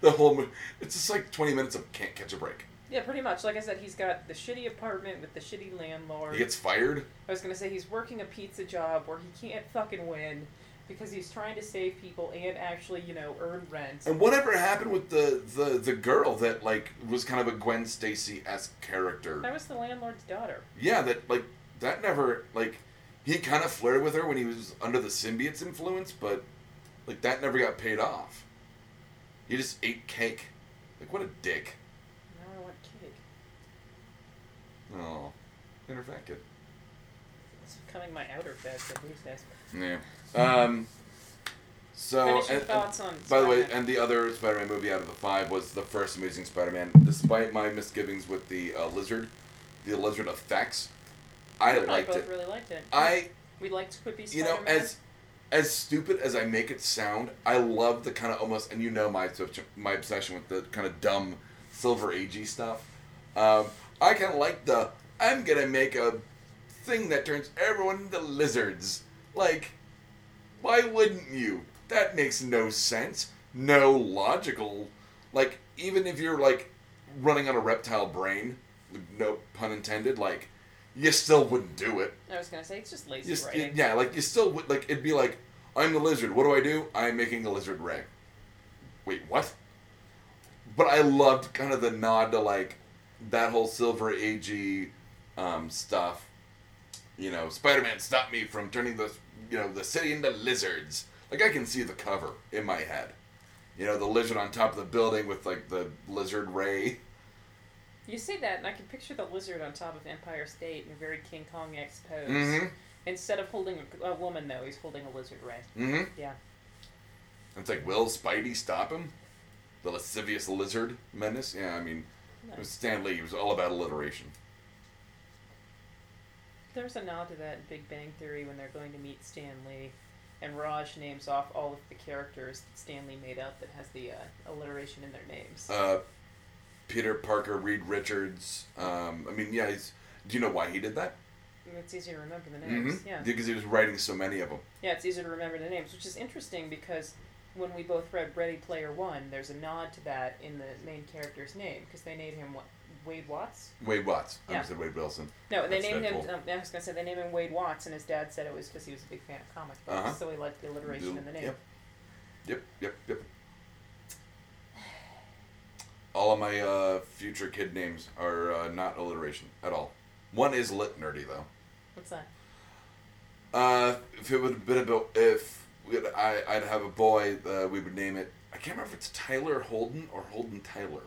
the whole mo- it's just like twenty minutes of can't catch a break.
Yeah, pretty much. Like I said, he's got the shitty apartment with the shitty landlord.
He gets fired.
I was gonna say he's working a pizza job where he can't fucking win because he's trying to save people and actually, you know, earn rent.
And whatever happened with the the the girl that like was kind of a Gwen Stacy esque character.
That was the landlord's daughter.
Yeah, that like that never like he kind of flirted with her when he was under the symbiote's influence, but like that never got paid off. He just ate cake. Like what a dick.
Now I want cake.
Oh, inner fat kid.
It's becoming my outer bed for these days.
Yeah. Um, So,
Finish your
and, and
thoughts on.
By the way,
Spider-Man.
and the other Spider-Man movie out of the five was the first Amazing Spider-Man. Despite my misgivings with the uh, lizard, the lizard effects, I
You and
liked
both
it.
really liked it.
I,
we liked Quippy
you know,
Spider-Man.
as as stupid as I make it sound, I love the kind of almost, and you know my obsession- my obsession with the kind of dumb Silver Agey stuff. Um, I kind of like the I'm gonna make a thing that turns everyone into lizards. Like, why wouldn't you? That makes no sense. No logical. Like, even if you're like running on a reptile brain, no pun intended. Like, you still wouldn't do it.
I was gonna say it's just lazy
You s-
writing.
yeah, like you still would like it'd be like I'm the lizard. What do I do? I'm making a lizard ray. Wait, what? But I loved kind of the nod to like that whole Silver Agey um, stuff. You know, Spider-Man stopped me from turning the you know the city into lizards. Like I can see the cover in my head. You know, the lizard on top of the building with like the lizard ray.
You say that, and I can picture the lizard on top of Empire State in a very King Kong X pose.
Mm-hmm.
Instead of holding a, a woman, though, he's holding a lizard ray.
Mm-hmm.
Yeah.
It's like, will Spidey stop him? The lascivious lizard menace? Yeah, I mean, it was Stan Lee. It was all about alliteration.
There's a nod to that in Big Bang Theory when they're going to meet Stan Lee, and Raj names off all of the characters that Stan Lee made up that has the uh, alliteration in their names.
Uh, Peter Parker, Reed Richards. Um, I mean, yeah, he's, do you know why he did that?
it's easier to remember the
Mm-hmm.
names. Yeah.
Because he was writing so many of them.
Yeah, it's easier to remember the names, which is interesting because when we both read Ready Player One, there's a nod to that in the main character's name because they named him what, Wade Watts.
Wade Watts. I
Yeah.
almost said Wade Wilson.
No, they
That's
named him.
Deadpool.
Um, I was gonna say they named him Wade Watts, and his dad said it was because he was a big fan of comic books,
Uh-huh.
so he liked the alliteration in the name.
Yep. Yep, yep, yep. All of my uh, future kid names are uh, not alliteration at all. One is lit nerdy, though.
What's that?
Uh, if it would have been about if we had, I I'd have a boy, uh, we would name it. I can't remember if it's Tyler Holden or Holden Tyler.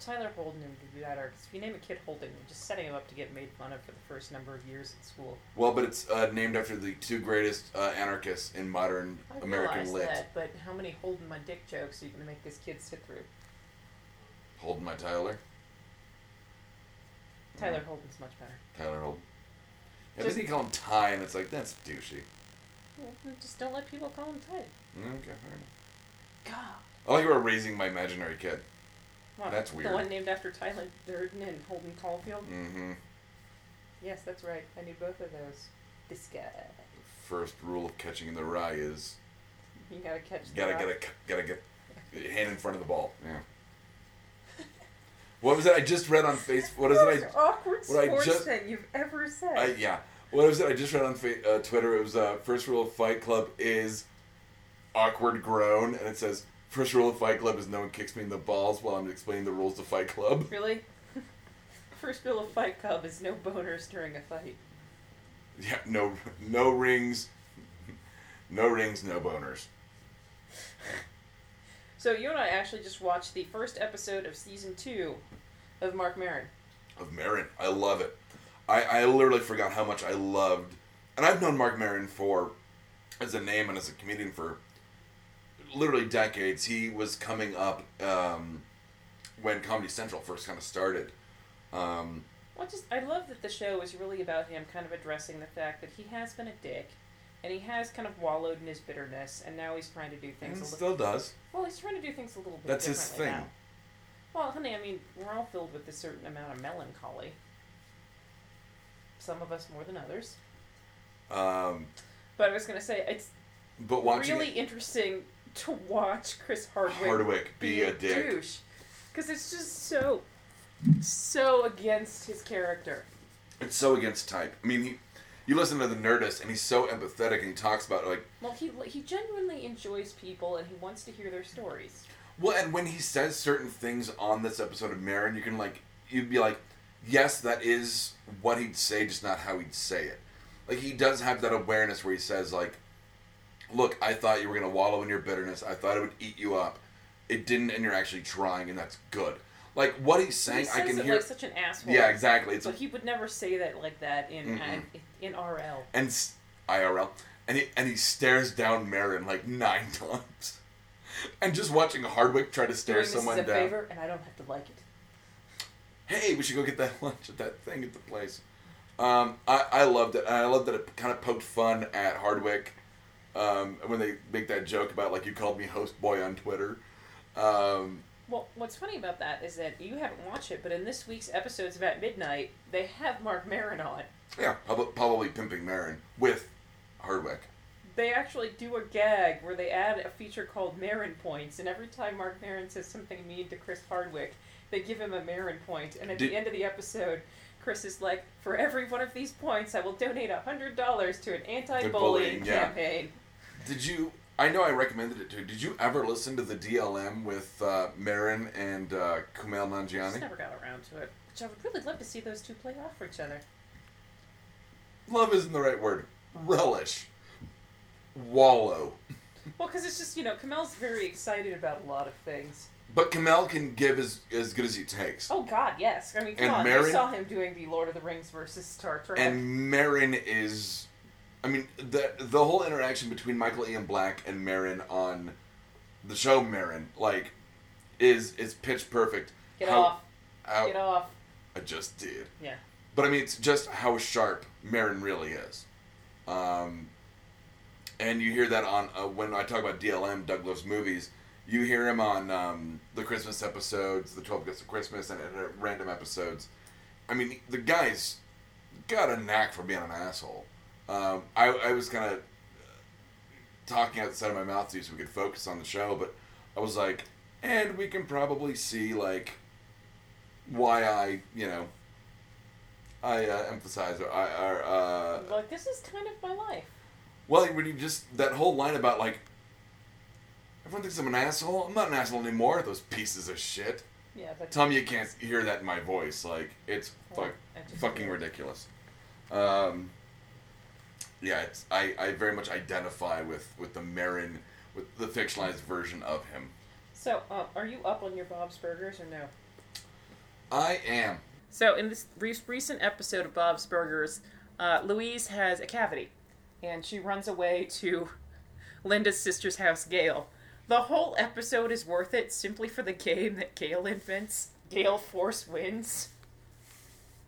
Tyler Holden would be better because if you name a kid Holden, you're just setting him up to get made fun of for the first number of years at school.
Well, but it's uh, named after the two greatest uh, anarchists in modern
I
American
realize
lit. Mm-hmm.
that, but how many Holden my dick jokes are you gonna make this kid sit through?
Holden my Tyler.
Tyler Holden's much better.
Tyler Holden. Yeah,
Just-
but they call him Ty, and it's like that's douchey.
Well, just don't let people call him Tyler.
Mm, Okay, fair enough.
God.
I like you were raising my imaginary kid.
Wow,
That's weird.
The one named after Tyler Durden and Holden Caulfield.
Mm-hmm.
Yes, that's right. I knew both of those. This guy.
First rule of catching the rye is
You gotta catch.
gotta
the
get a
rock.
gotta get a hand in front of the ball. Yeah. What was it I just read on Facebook? What is it I
Most awkward
what I
sports
just-
thing you've ever said.
I, yeah. What was it? I just read on fa- uh, Twitter. It was uh, first rule of Fight Club is awkward groan, and it says first rule of Fight Club is no one kicks me in the balls while I'm explaining the rules to Fight Club.
Really? First rule of Fight Club is no boners during a fight.
Yeah, no, no rings, no rings, no boners.
So you and I actually just watched the first episode of season two of Mark Maron.
Of Marin, I love it. I, I literally forgot how much I loved, and I've known Mark Marin for as a name and as a comedian for literally decades. He was coming up um, when Comedy Central first kind of started. Um,
Well, just I love that the show is really about him kind of addressing the fact that he has been a dick, and he has kind of wallowed in his bitterness, and now he's trying to do
and
things a little.
still does.
well, he's trying to do things a little bit.
That's his
differently
thing.
now. Well, honey, I mean, we're all filled with a certain amount of melancholy. Some of us more than others.
Um,
But I was gonna say it's
but watching
really
it,
interesting to watch Chris Hardwick,
Hardwick be a dick.
douche because it's just so so against his character.
it's so against type. I mean, he, you listen to the Nerdist, and he's so empathetic, and he talks about like
Well, he he genuinely enjoys people and he wants to hear their stories.
Well, and when he says certain things on this episode of Marin, you can like you'd be like, yes, that is what he'd say, just not how he'd say it. Like he does have that awareness where he says like, look, I thought you were gonna wallow in your bitterness. I thought it would eat you up. It didn't, and you're actually trying, and that's good. Like what he's
he
saying,
says
I can
it
hear.
like such an asshole.
yeah, exactly. It's
But he would never say that like that in
Mm-mm.
in, in RL.
and s- IRL. and he and he stares down Marin like nine times, and just watching Hardwick try to stare
Doing this
someone
as a
down.
favor, and I don't have to like it.
Hey, we should go get that lunch at that thing at the place. Um, I I loved it. And I loved that it kind of poked fun at Hardwick. Um, when they make that joke about like you called me host boy on Twitter. Um,
Well, what's funny about that is that you haven't watched it, but in this week's episodes about midnight, they have Mark Maron on.
yeah, prob- probably pimping Marin with Hardwick.
They actually do a gag where they add a feature called Marin points, and every time Mark Maron says something mean to Chris Hardwick, they give him a Marin point, and at
Did-
the end of the episode. Chris is like, for every one of these points, I will donate hundred dollars to an anti-bullying
bullying, yeah.
campaign.
Did you? I know I recommended it to. you. Did you ever listen to the DLM with uh, Marin and uh, Kumail
I just
Nanjiani?
never got around to it. Which I would really love to see those two play off for each other.
Love isn't the right word. Relish. Wallow.
Well, because it's just you know, Kamel's very excited about a lot of things.
But Kumail can give as as good as he takes.
Oh God, yes. I mean, come
And
on. I
Marin-
saw him doing the Lord of the Rings versus Star Trek.
And Marin is, I mean, the the whole interaction between Michael Ian Black and Marin on the show Marin, like, is is pitch perfect.
get
How-
off,
how-
get off.
I just did.
Yeah.
But I mean, it's just how sharp Marin really is. Um, and you hear that on uh, when I talk about DLM, Doug Loves Movies. You hear him on um, the Christmas episodes, the Twelve Gifts of Christmas, and uh, random episodes. I mean, the guy's got a knack for being an asshole. Um, I, I was kind of talking outside of my mouth to you so we could focus on the show, but I was like, and we can probably see like why I, you know, I uh, emphasize or I or uh,
like this is kind of my life.
well, when you just that whole line about like everyone thinks I'm an asshole. I'm not an asshole anymore. Those pieces of shit.
Yeah, but
Tell me you can't hear that in my voice. Like it's fuck,
I just-
fucking ridiculous. Um, yeah, it's, I I very much identify with with the Marin with the fictionalized version of him.
So, uh, are you up on your Bob's Burgers or no?
I am.
So, in this re- recent episode of Bob's Burgers, uh, Louise has a cavity, and she runs away to Linda's sister's house, Gail. The whole episode is worth it simply for the game that Gail invents. Gail Force wins.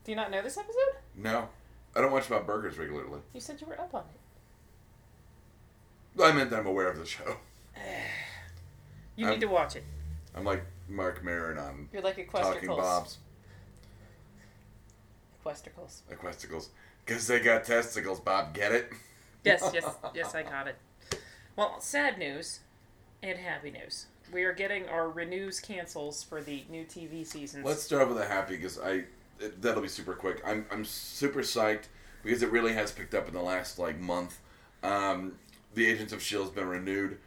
Do you not know this episode?
No, I don't watch about burgers regularly.
You said you were up on it.
I meant that I'm aware of the show.
You
I'm-
need to watch it.
I'm like Mark Marin on
You're like a
Talking
questicles.
Bob's.
Questicles.
Equesticles. Because they got testicles, Bob. Get it?
Yes, yes, yes, I got it. Well, sad news and happy news. We are getting our renews cancels for the new TV seasons.
Let's start with a happy because I it, that'll be super quick. I'm I'm super psyched because it really has picked up in the last like month. Um, the Agents of Shield's been renewed.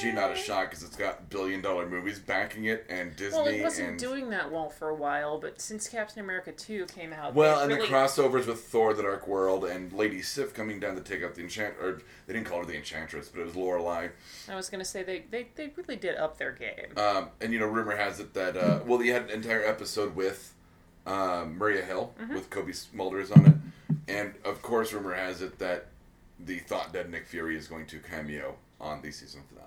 Gee, not a
Yay.
shock because it's got billion dollar movies backing it and Disney
Well, it wasn't
and
doing that well for a while, but since Captain America 2 came out,
well,
they
and
really,
the crossovers with Thor: The Dark World and Lady Sif coming down to take out the enchant or they didn't call her the Enchantress, but it was Lorelai.
I was going to say they, they, they really did up their game.
Um, and you know, rumor has it that uh, well, you had an entire episode with uh, Maria Hill with Kobe Smulders on it, and of course, rumor has it that the thought dead Nick Fury is going to cameo on the season finale.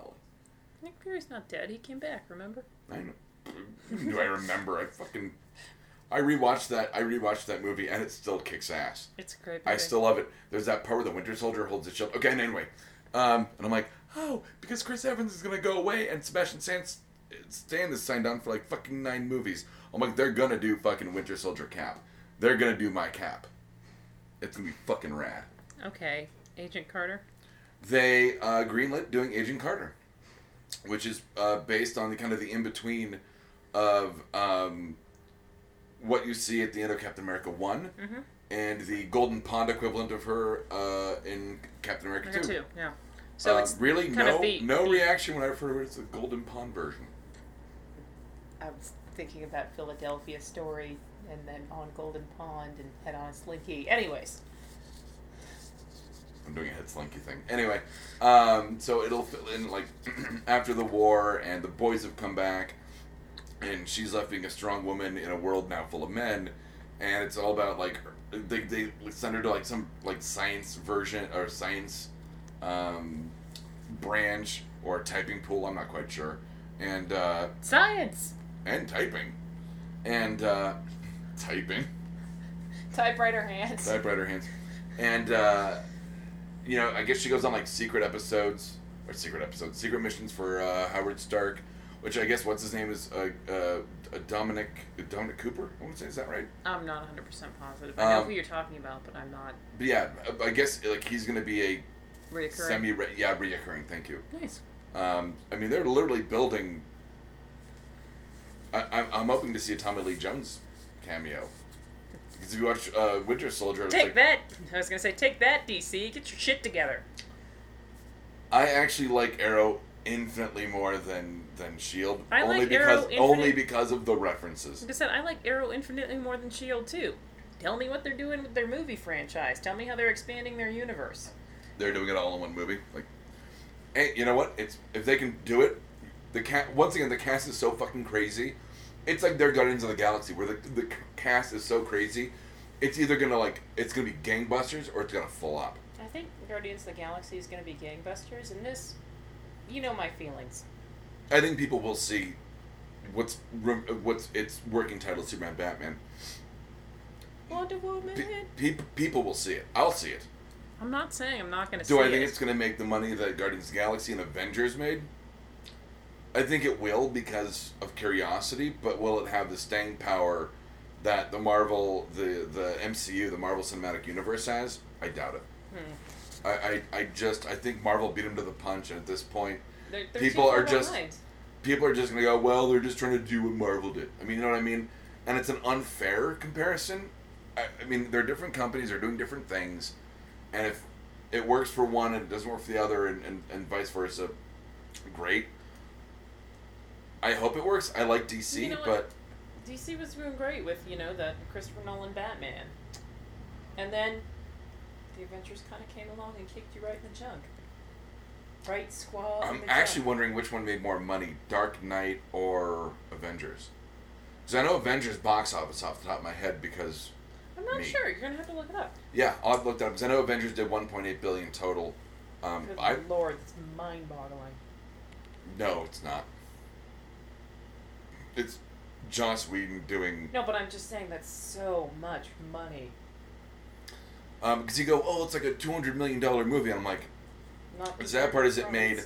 Nick Fury's not dead. He came back, remember?
I know. Do I remember? I fucking I rewatched that. I rewatched that movie, and it still kicks ass.
It's a great
I
movie.
still love it. There's that part where the Winter Soldier holds the shield. Okay, and anyway, um, and I'm like, oh, because Chris Evans is gonna go away, and Sebastian Stan, Stan is signed on for like fucking nine movies. I'm like, they're gonna do fucking Winter Soldier Cap. They're gonna do my Cap. It's gonna be fucking rad.
Okay, Agent Carter.
They uh, greenlit doing Agent Carter, which is uh, based on the kind of the in between of um, what you see at the end of Captain America One
Mhm.
and the Golden Pond equivalent of her uh, in Captain America
America
Two.
2, yeah. So
Uh,
it's
really
kind
no
of the-
no
the-
reaction when I refer to it as the Golden Pond version.
I was thinking about Philadelphia Story and then on Golden Pond and head on Slinky. Anyways,
I'm doing a head slinky thing. Anyway, um, so it'll fill in like after the war, and the boys have come back, and she's left being a strong woman in a world now full of men, and it's all about like they, they send her to like some like science version or science um, branch or typing pool. I'm not quite sure. And uh,
Science.
and typing, and uh, typing
Typewriter hands.
typewriter hands, and uh, you know I guess she goes on like secret episodes or secret episodes, secret missions for uh, Howard Stark, which I guess what's his name is uh, uh, Dominic Dominic Cooper. I want to say is that right?
I'm not 100% positive. I know
Um,
who you're talking about, but I'm not
But yeah, I- I guess like he's gonna be a
reoccurring.
semi yeah reoccurring. Thank you.
nice.
Um, I mean, they're literally building. I, I'm, I'm hoping to see a Tommy Lee Jones cameo. Because if you watch uh, Winter Soldier, it's
Take
like,
that. I was going to say, take that, DC. Get your shit together.
I actually like Arrow infinitely more than than Shield.
I
E only
like Arrow
because only
infinite-
because of the references.
Like I said, I like Arrow infinitely more than S.H.I.E.L.D. E too. Tell me what they're doing with their movie franchise. Tell me how they're expanding their universe.
They're doing it all in one movie. Like, hey, you know what? It's if they can do it. The cat once again, the cast is so fucking crazy. It's like their Guardians of the Galaxy, where the the cast is so crazy. It's either gonna like it's gonna be gangbusters or it's gonna flop.
I think Guardians of the Galaxy is going to be gangbusters, and this, you know my feelings.
I think people will see what's rem- what's its working title, Superman, Batman.
Wonder Woman.
Pe- peop people will see it. I'll see it.
I'm not saying I'm not going to
Do
see
I think
it.
it's going to make the money that Guardians of the Galaxy and Avengers made? I think it will because of curiosity, but will it have the staying power that the Marvel, the the MCU, the Marvel Cinematic Universe has? I doubt it.
Hmm.
I, I, I just I think Marvel beat him to the punch, and at this point,
They're- they're
people
two
are
different
just-
lines.
people are just gonna go, well, they're just trying to do what Marvel did. I mean, you know what I mean? And it's an unfair comparison. I, I mean, they're different companies, they're doing different things, and if it works for one and it doesn't work for the other, and, and, and vice versa, great. I hope it works. I like DC,
You know what?
but
DC was doing great with you know the Christopher Nolan Batman, and then the Avengers kind of came along and kicked you right in the junk. Right squad.
I'm Um, actually wondering which one made more money, Dark Knight or Avengers. Because I know Avengers box office off the top of my head because
I'm not
me.
sure. You're gonna have to look it up.
Yeah, I'll have to look that up because I know Avengers did 1.8 billion total. Um,
Good
I
lord, that's mind-boggling.
no, it's not. It's Joss Whedon doing
No, but I'm just saying that's so much money.
um because you go oh it's like a 200 million dollar movie and I'm like
Not
The sad part is it made-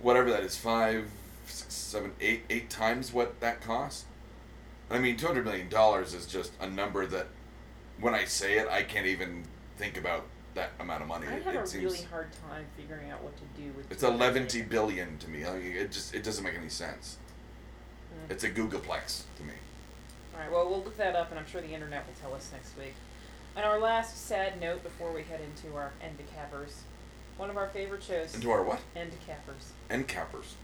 whatever that is five six seven eight eight times what that cost. I mean 200 million dollars is just a number that when I say it I can't even think about that amount of money.
I
It,
have a
it seems
really hard time figuring out what to do with.
it's
two hundred
11
million.
billion to me. Like, it just it doesn't make any sense.
Mm.
It's a googleplex to me.
All right. Well, we'll look that up, and I'm sure the internet will tell us next week. And our last sad note before we head into our Endicappers, one of our favorite shows,
Into our what?
Endicappers.
End cappers.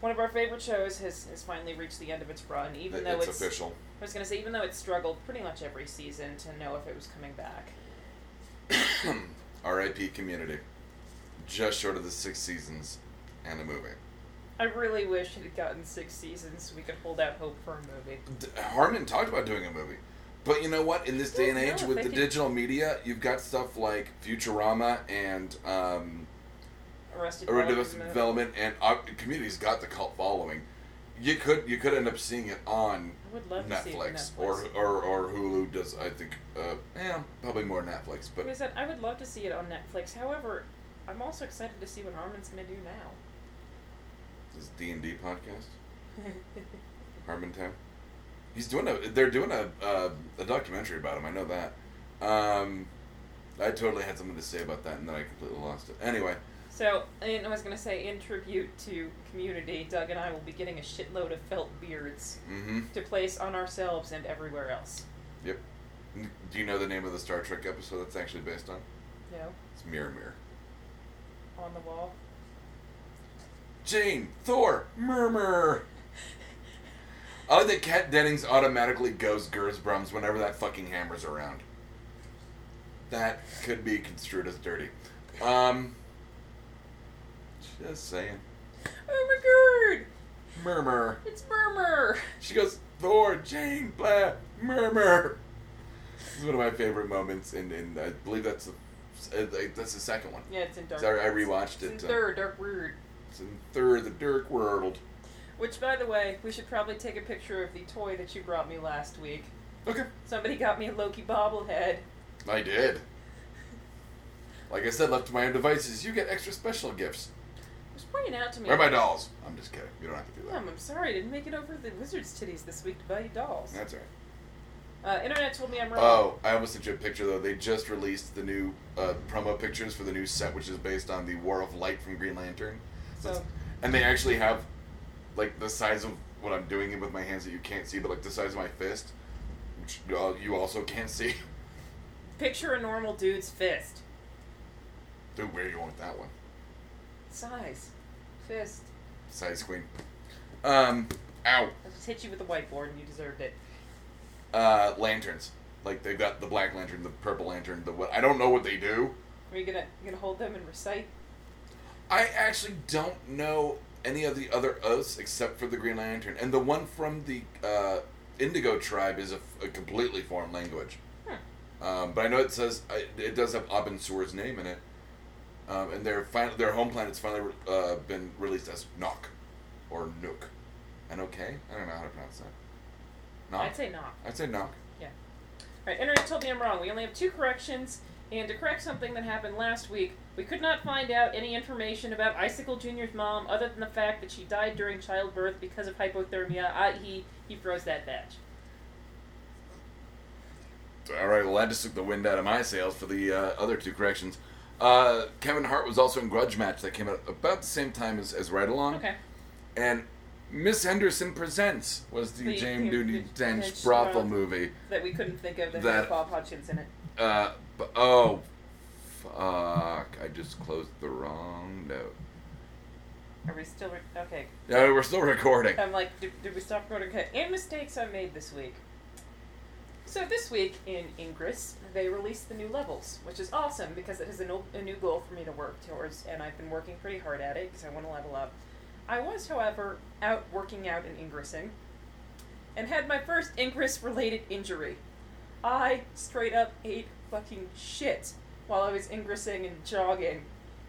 One of our favorite shows has, has finally reached the end of its run, even
Th-
though
it's,
it's
official.
I was gonna say even though it struggled pretty much every season to know if it was coming back.
R.I.P. Community. Just short of the six seasons and a movie.
I really wish it had gotten six seasons so we could hold out hope for a movie.
D- Harmon talked about doing a movie, but you know what? In this day and
Well, no,
age,
if
with
they
the
can-
digital media, you've got stuff like Futurama and um,
Arrested
Arrested
Development.
Development, and uh, Community's got the cult following. You could you could end up seeing it on
I would love to see it on
Netflix,
Netflix.
or, or or Hulu does. I think uh, yeah, probably more Netflix,
Like I
but
said, I would love to see it on Netflix. However, I'm also excited to see what Harmon's gonna do now.
this D and D podcast. Harmon Town. He's doing a. They're doing a uh, a documentary about him. I know that. Um, I totally had something to say about that, and then I completely lost it. Anyway,
So, and I was going to say, in tribute to community, Doug and I will be getting a shitload of felt beards
mm-hmm.
to place on ourselves and everywhere else.
Yep. Do you know the name of the Star Trek episode that's actually based on?
You know,
It's Mirror Mirror.
on the wall.
Jane, Thor, Murmur. I like that Kat Dennings automatically goes Gersbrums whenever that fucking hammer's around. That could be construed as dirty. Um, just saying.
Oh my god!
Murmur.
It's Murmur!
She goes, Thor, Jane, blah, murmur. This is one of my favorite moments, and, and I believe that's the It's uh, like, that's the second one.
Yeah, it's in Dark.
Sorry, I
It's
rewatched
in
it. uh,
third, Dark Weird.
it's in third. The Dirk World.
Which, by the way, we should probably take a picture of the toy that you brought me last week.
Okay.
Somebody got me a Loki bobblehead.
I did. Like I said, left to my own devices, you get extra special gifts.
Just bring it out to me.
Where are my dolls? I'm just kidding. You don't have to do that.
Mom, I'm sorry I didn't make it over to the Wizard's Titties this week to buy you dolls.
That's all right.
Uh, Internet told me I'm wrong.
Oh, I almost sent you a picture though. They just released the new uh, promo pictures for the new set, which is based on the War of Light from Green Lantern. So,
So,
it's- and they actually have like the size of what I'm doing with my hands that you can't see, but like the size of my fist, which you all- you also can't see.
picture a normal dude's fist.
Dude, where you want that one?
Size. Fist.
Size queen. Um, ow.
I just hit you with the whiteboard and you deserved it.
Uh, lanterns. Like they've got the black lantern, the purple lantern, the what? I don't know what they do.
Are you gonna you gonna hold them and recite?
I actually don't know any of the other oaths except for the Green Lantern, and the one from the uh, Indigo tribe is a, a completely foreign language.
Hmm.
Um, but I know it says I- it does have Abensur's name in it, um, and their final, their home planet's finally uh, been released as Nok, or Nook, and okay, I don't know how to pronounce that. Nok.
I'd say not.
I'd say Nok.
Alright, Internet told me I'm wrong. We only have two corrections, and to correct something that happened last week, we could not find out any information about Icicle Jr.'s mom other than the fact that she died during childbirth because of hypothermia, i.e., he froze that batch.
All right, well, that just took the wind out of my sails for the uh, other two corrections. Uh, Kevin Hart was also in Grudge Match that came out about the same time as, as Ride Along.
Okay.
And Miss Henderson Presents was the,
The-
James
the-
Newton
the-
Dench
the-
brothel
uh,
movie.
That we couldn't think of that,
That-
had Bob Hodgkins in it.
Uh, but, oh, fuck. I just closed the wrong note.
Are we still. Re- okay.
No, we're still recording.
I'm like, did, did we stop recording? Okay. And mistakes I made this week. So this week in Ingress, they released the new levels, which is awesome because it is a new, a new goal for me to work towards, and I've been working pretty hard at it because I want to level up. I was, however, out working out and ingressing, and had my first ingress-related injury. I straight up ate fucking shit while I was ingressing and jogging,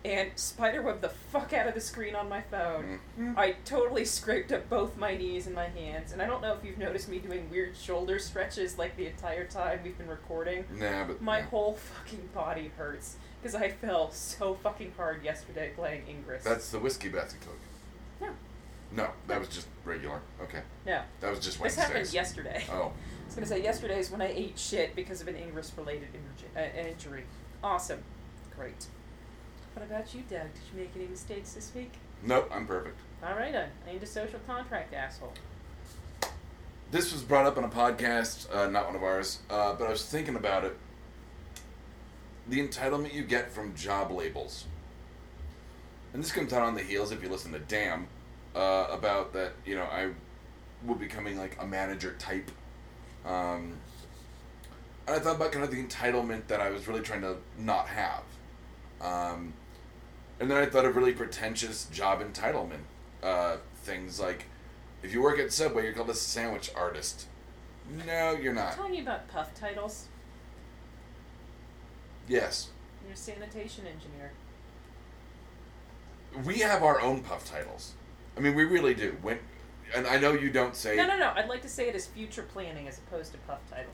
and spiderwebbed the fuck out of the screen on my phone.
Mhm.
I totally scraped up both my knees and my hands, and I don't know if you've noticed me doing weird shoulder stretches like the entire time we've been recording.
Nah, but.
My
nah.
whole fucking body hurts because I fell so fucking hard yesterday playing Ingress.
That's the whiskey basket coke.
No.
No, that was just regular. Okay.
no.
That was just
This happened
Wednesdays.
yesterday.
Oh.
I was gonna say yesterday is when I ate shit because of an Ingress-related injury. Uh, an injury. Awesome. Great. What about you, Doug? Did you make any mistakes this week?
Nope, I'm perfect.
All right, I I need a social contract, asshole.
this was brought up on a podcast, uh, not one of ours, uh, but I was thinking about it. The entitlement you get from job labels, and this comes out on the heels if you listen to Damn, uh, about that. You know, I will becoming like a manager type. Um, and I thought about kind of the entitlement that I was really trying to not have. Um, and then I thought of really pretentious job entitlement uh, things like if you work at Subway, you're called a sandwich artist. No, you're not.
Tell me about puff titles.
Yes.
You're a sanitation engineer.
We have our own puff titles. I mean, we really do. When, and I know you don't say.
No, no, no. I'd like to say it is future planning as opposed to puff title.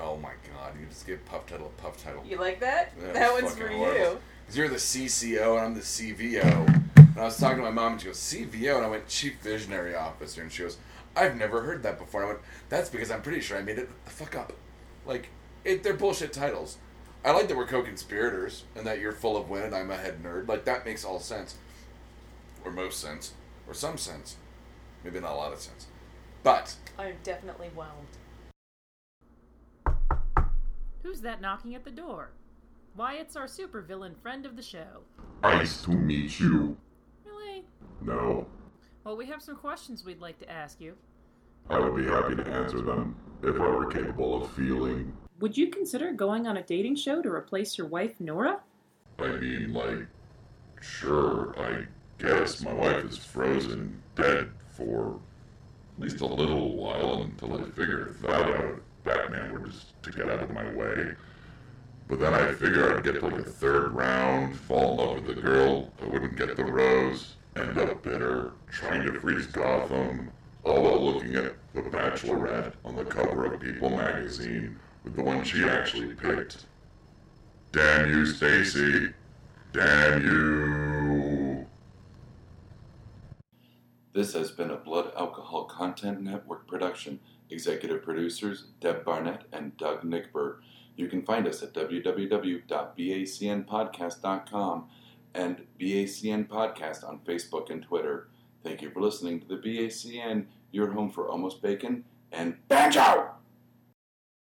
Oh my god, you just gave puff title a puff title.
You like that?
Yeah,
that
it's
one's for
fucking horrible.
you.
'Cause you're the CCO and I'm the CVO. And I was talking to my mom and she goes, CVO? And I went, Chief Visionary Officer. And she goes, I've never heard that before. And I went, that's because I'm pretty sure I made it the fuck up. Like, it, they're bullshit titles. I like that we're co conspirators and that you're full of win and I'm a head nerd. Like, that makes all sense. Or most sense. Or some sense. Maybe not a lot of sense. But,
I'm definitely whelmed. Who's that knocking at the door? Why, it's our supervillain friend of the show.
Nice to meet you.
Really?
No,
Well, we have some questions we'd like to ask you.
I would be happy to answer them if I were capable of feeling.
Would you consider going on a dating show to replace your wife, Nora?
I mean, like, sure, I guess my wife is frozen dead for at least a little while until I figure that out. Batman would just to get out of my way. But then I figured I'd get to like a third round, fall in love with the girl, I wouldn't get the rose, end up bitter, trying to freeze Gotham, all while looking at The Bachelorette on the cover of People magazine with the one she actually picked. Damn you, Stacy. Damn you.
This has been a Blood Alcohol Content Network production. Executive producers Deb Barnett and Doug Nickberg. You can find us at www.bacnpodcast.com and BACN Podcast on Facebook and Twitter. Thank you for listening to the BACN, your home for almost bacon and banjo!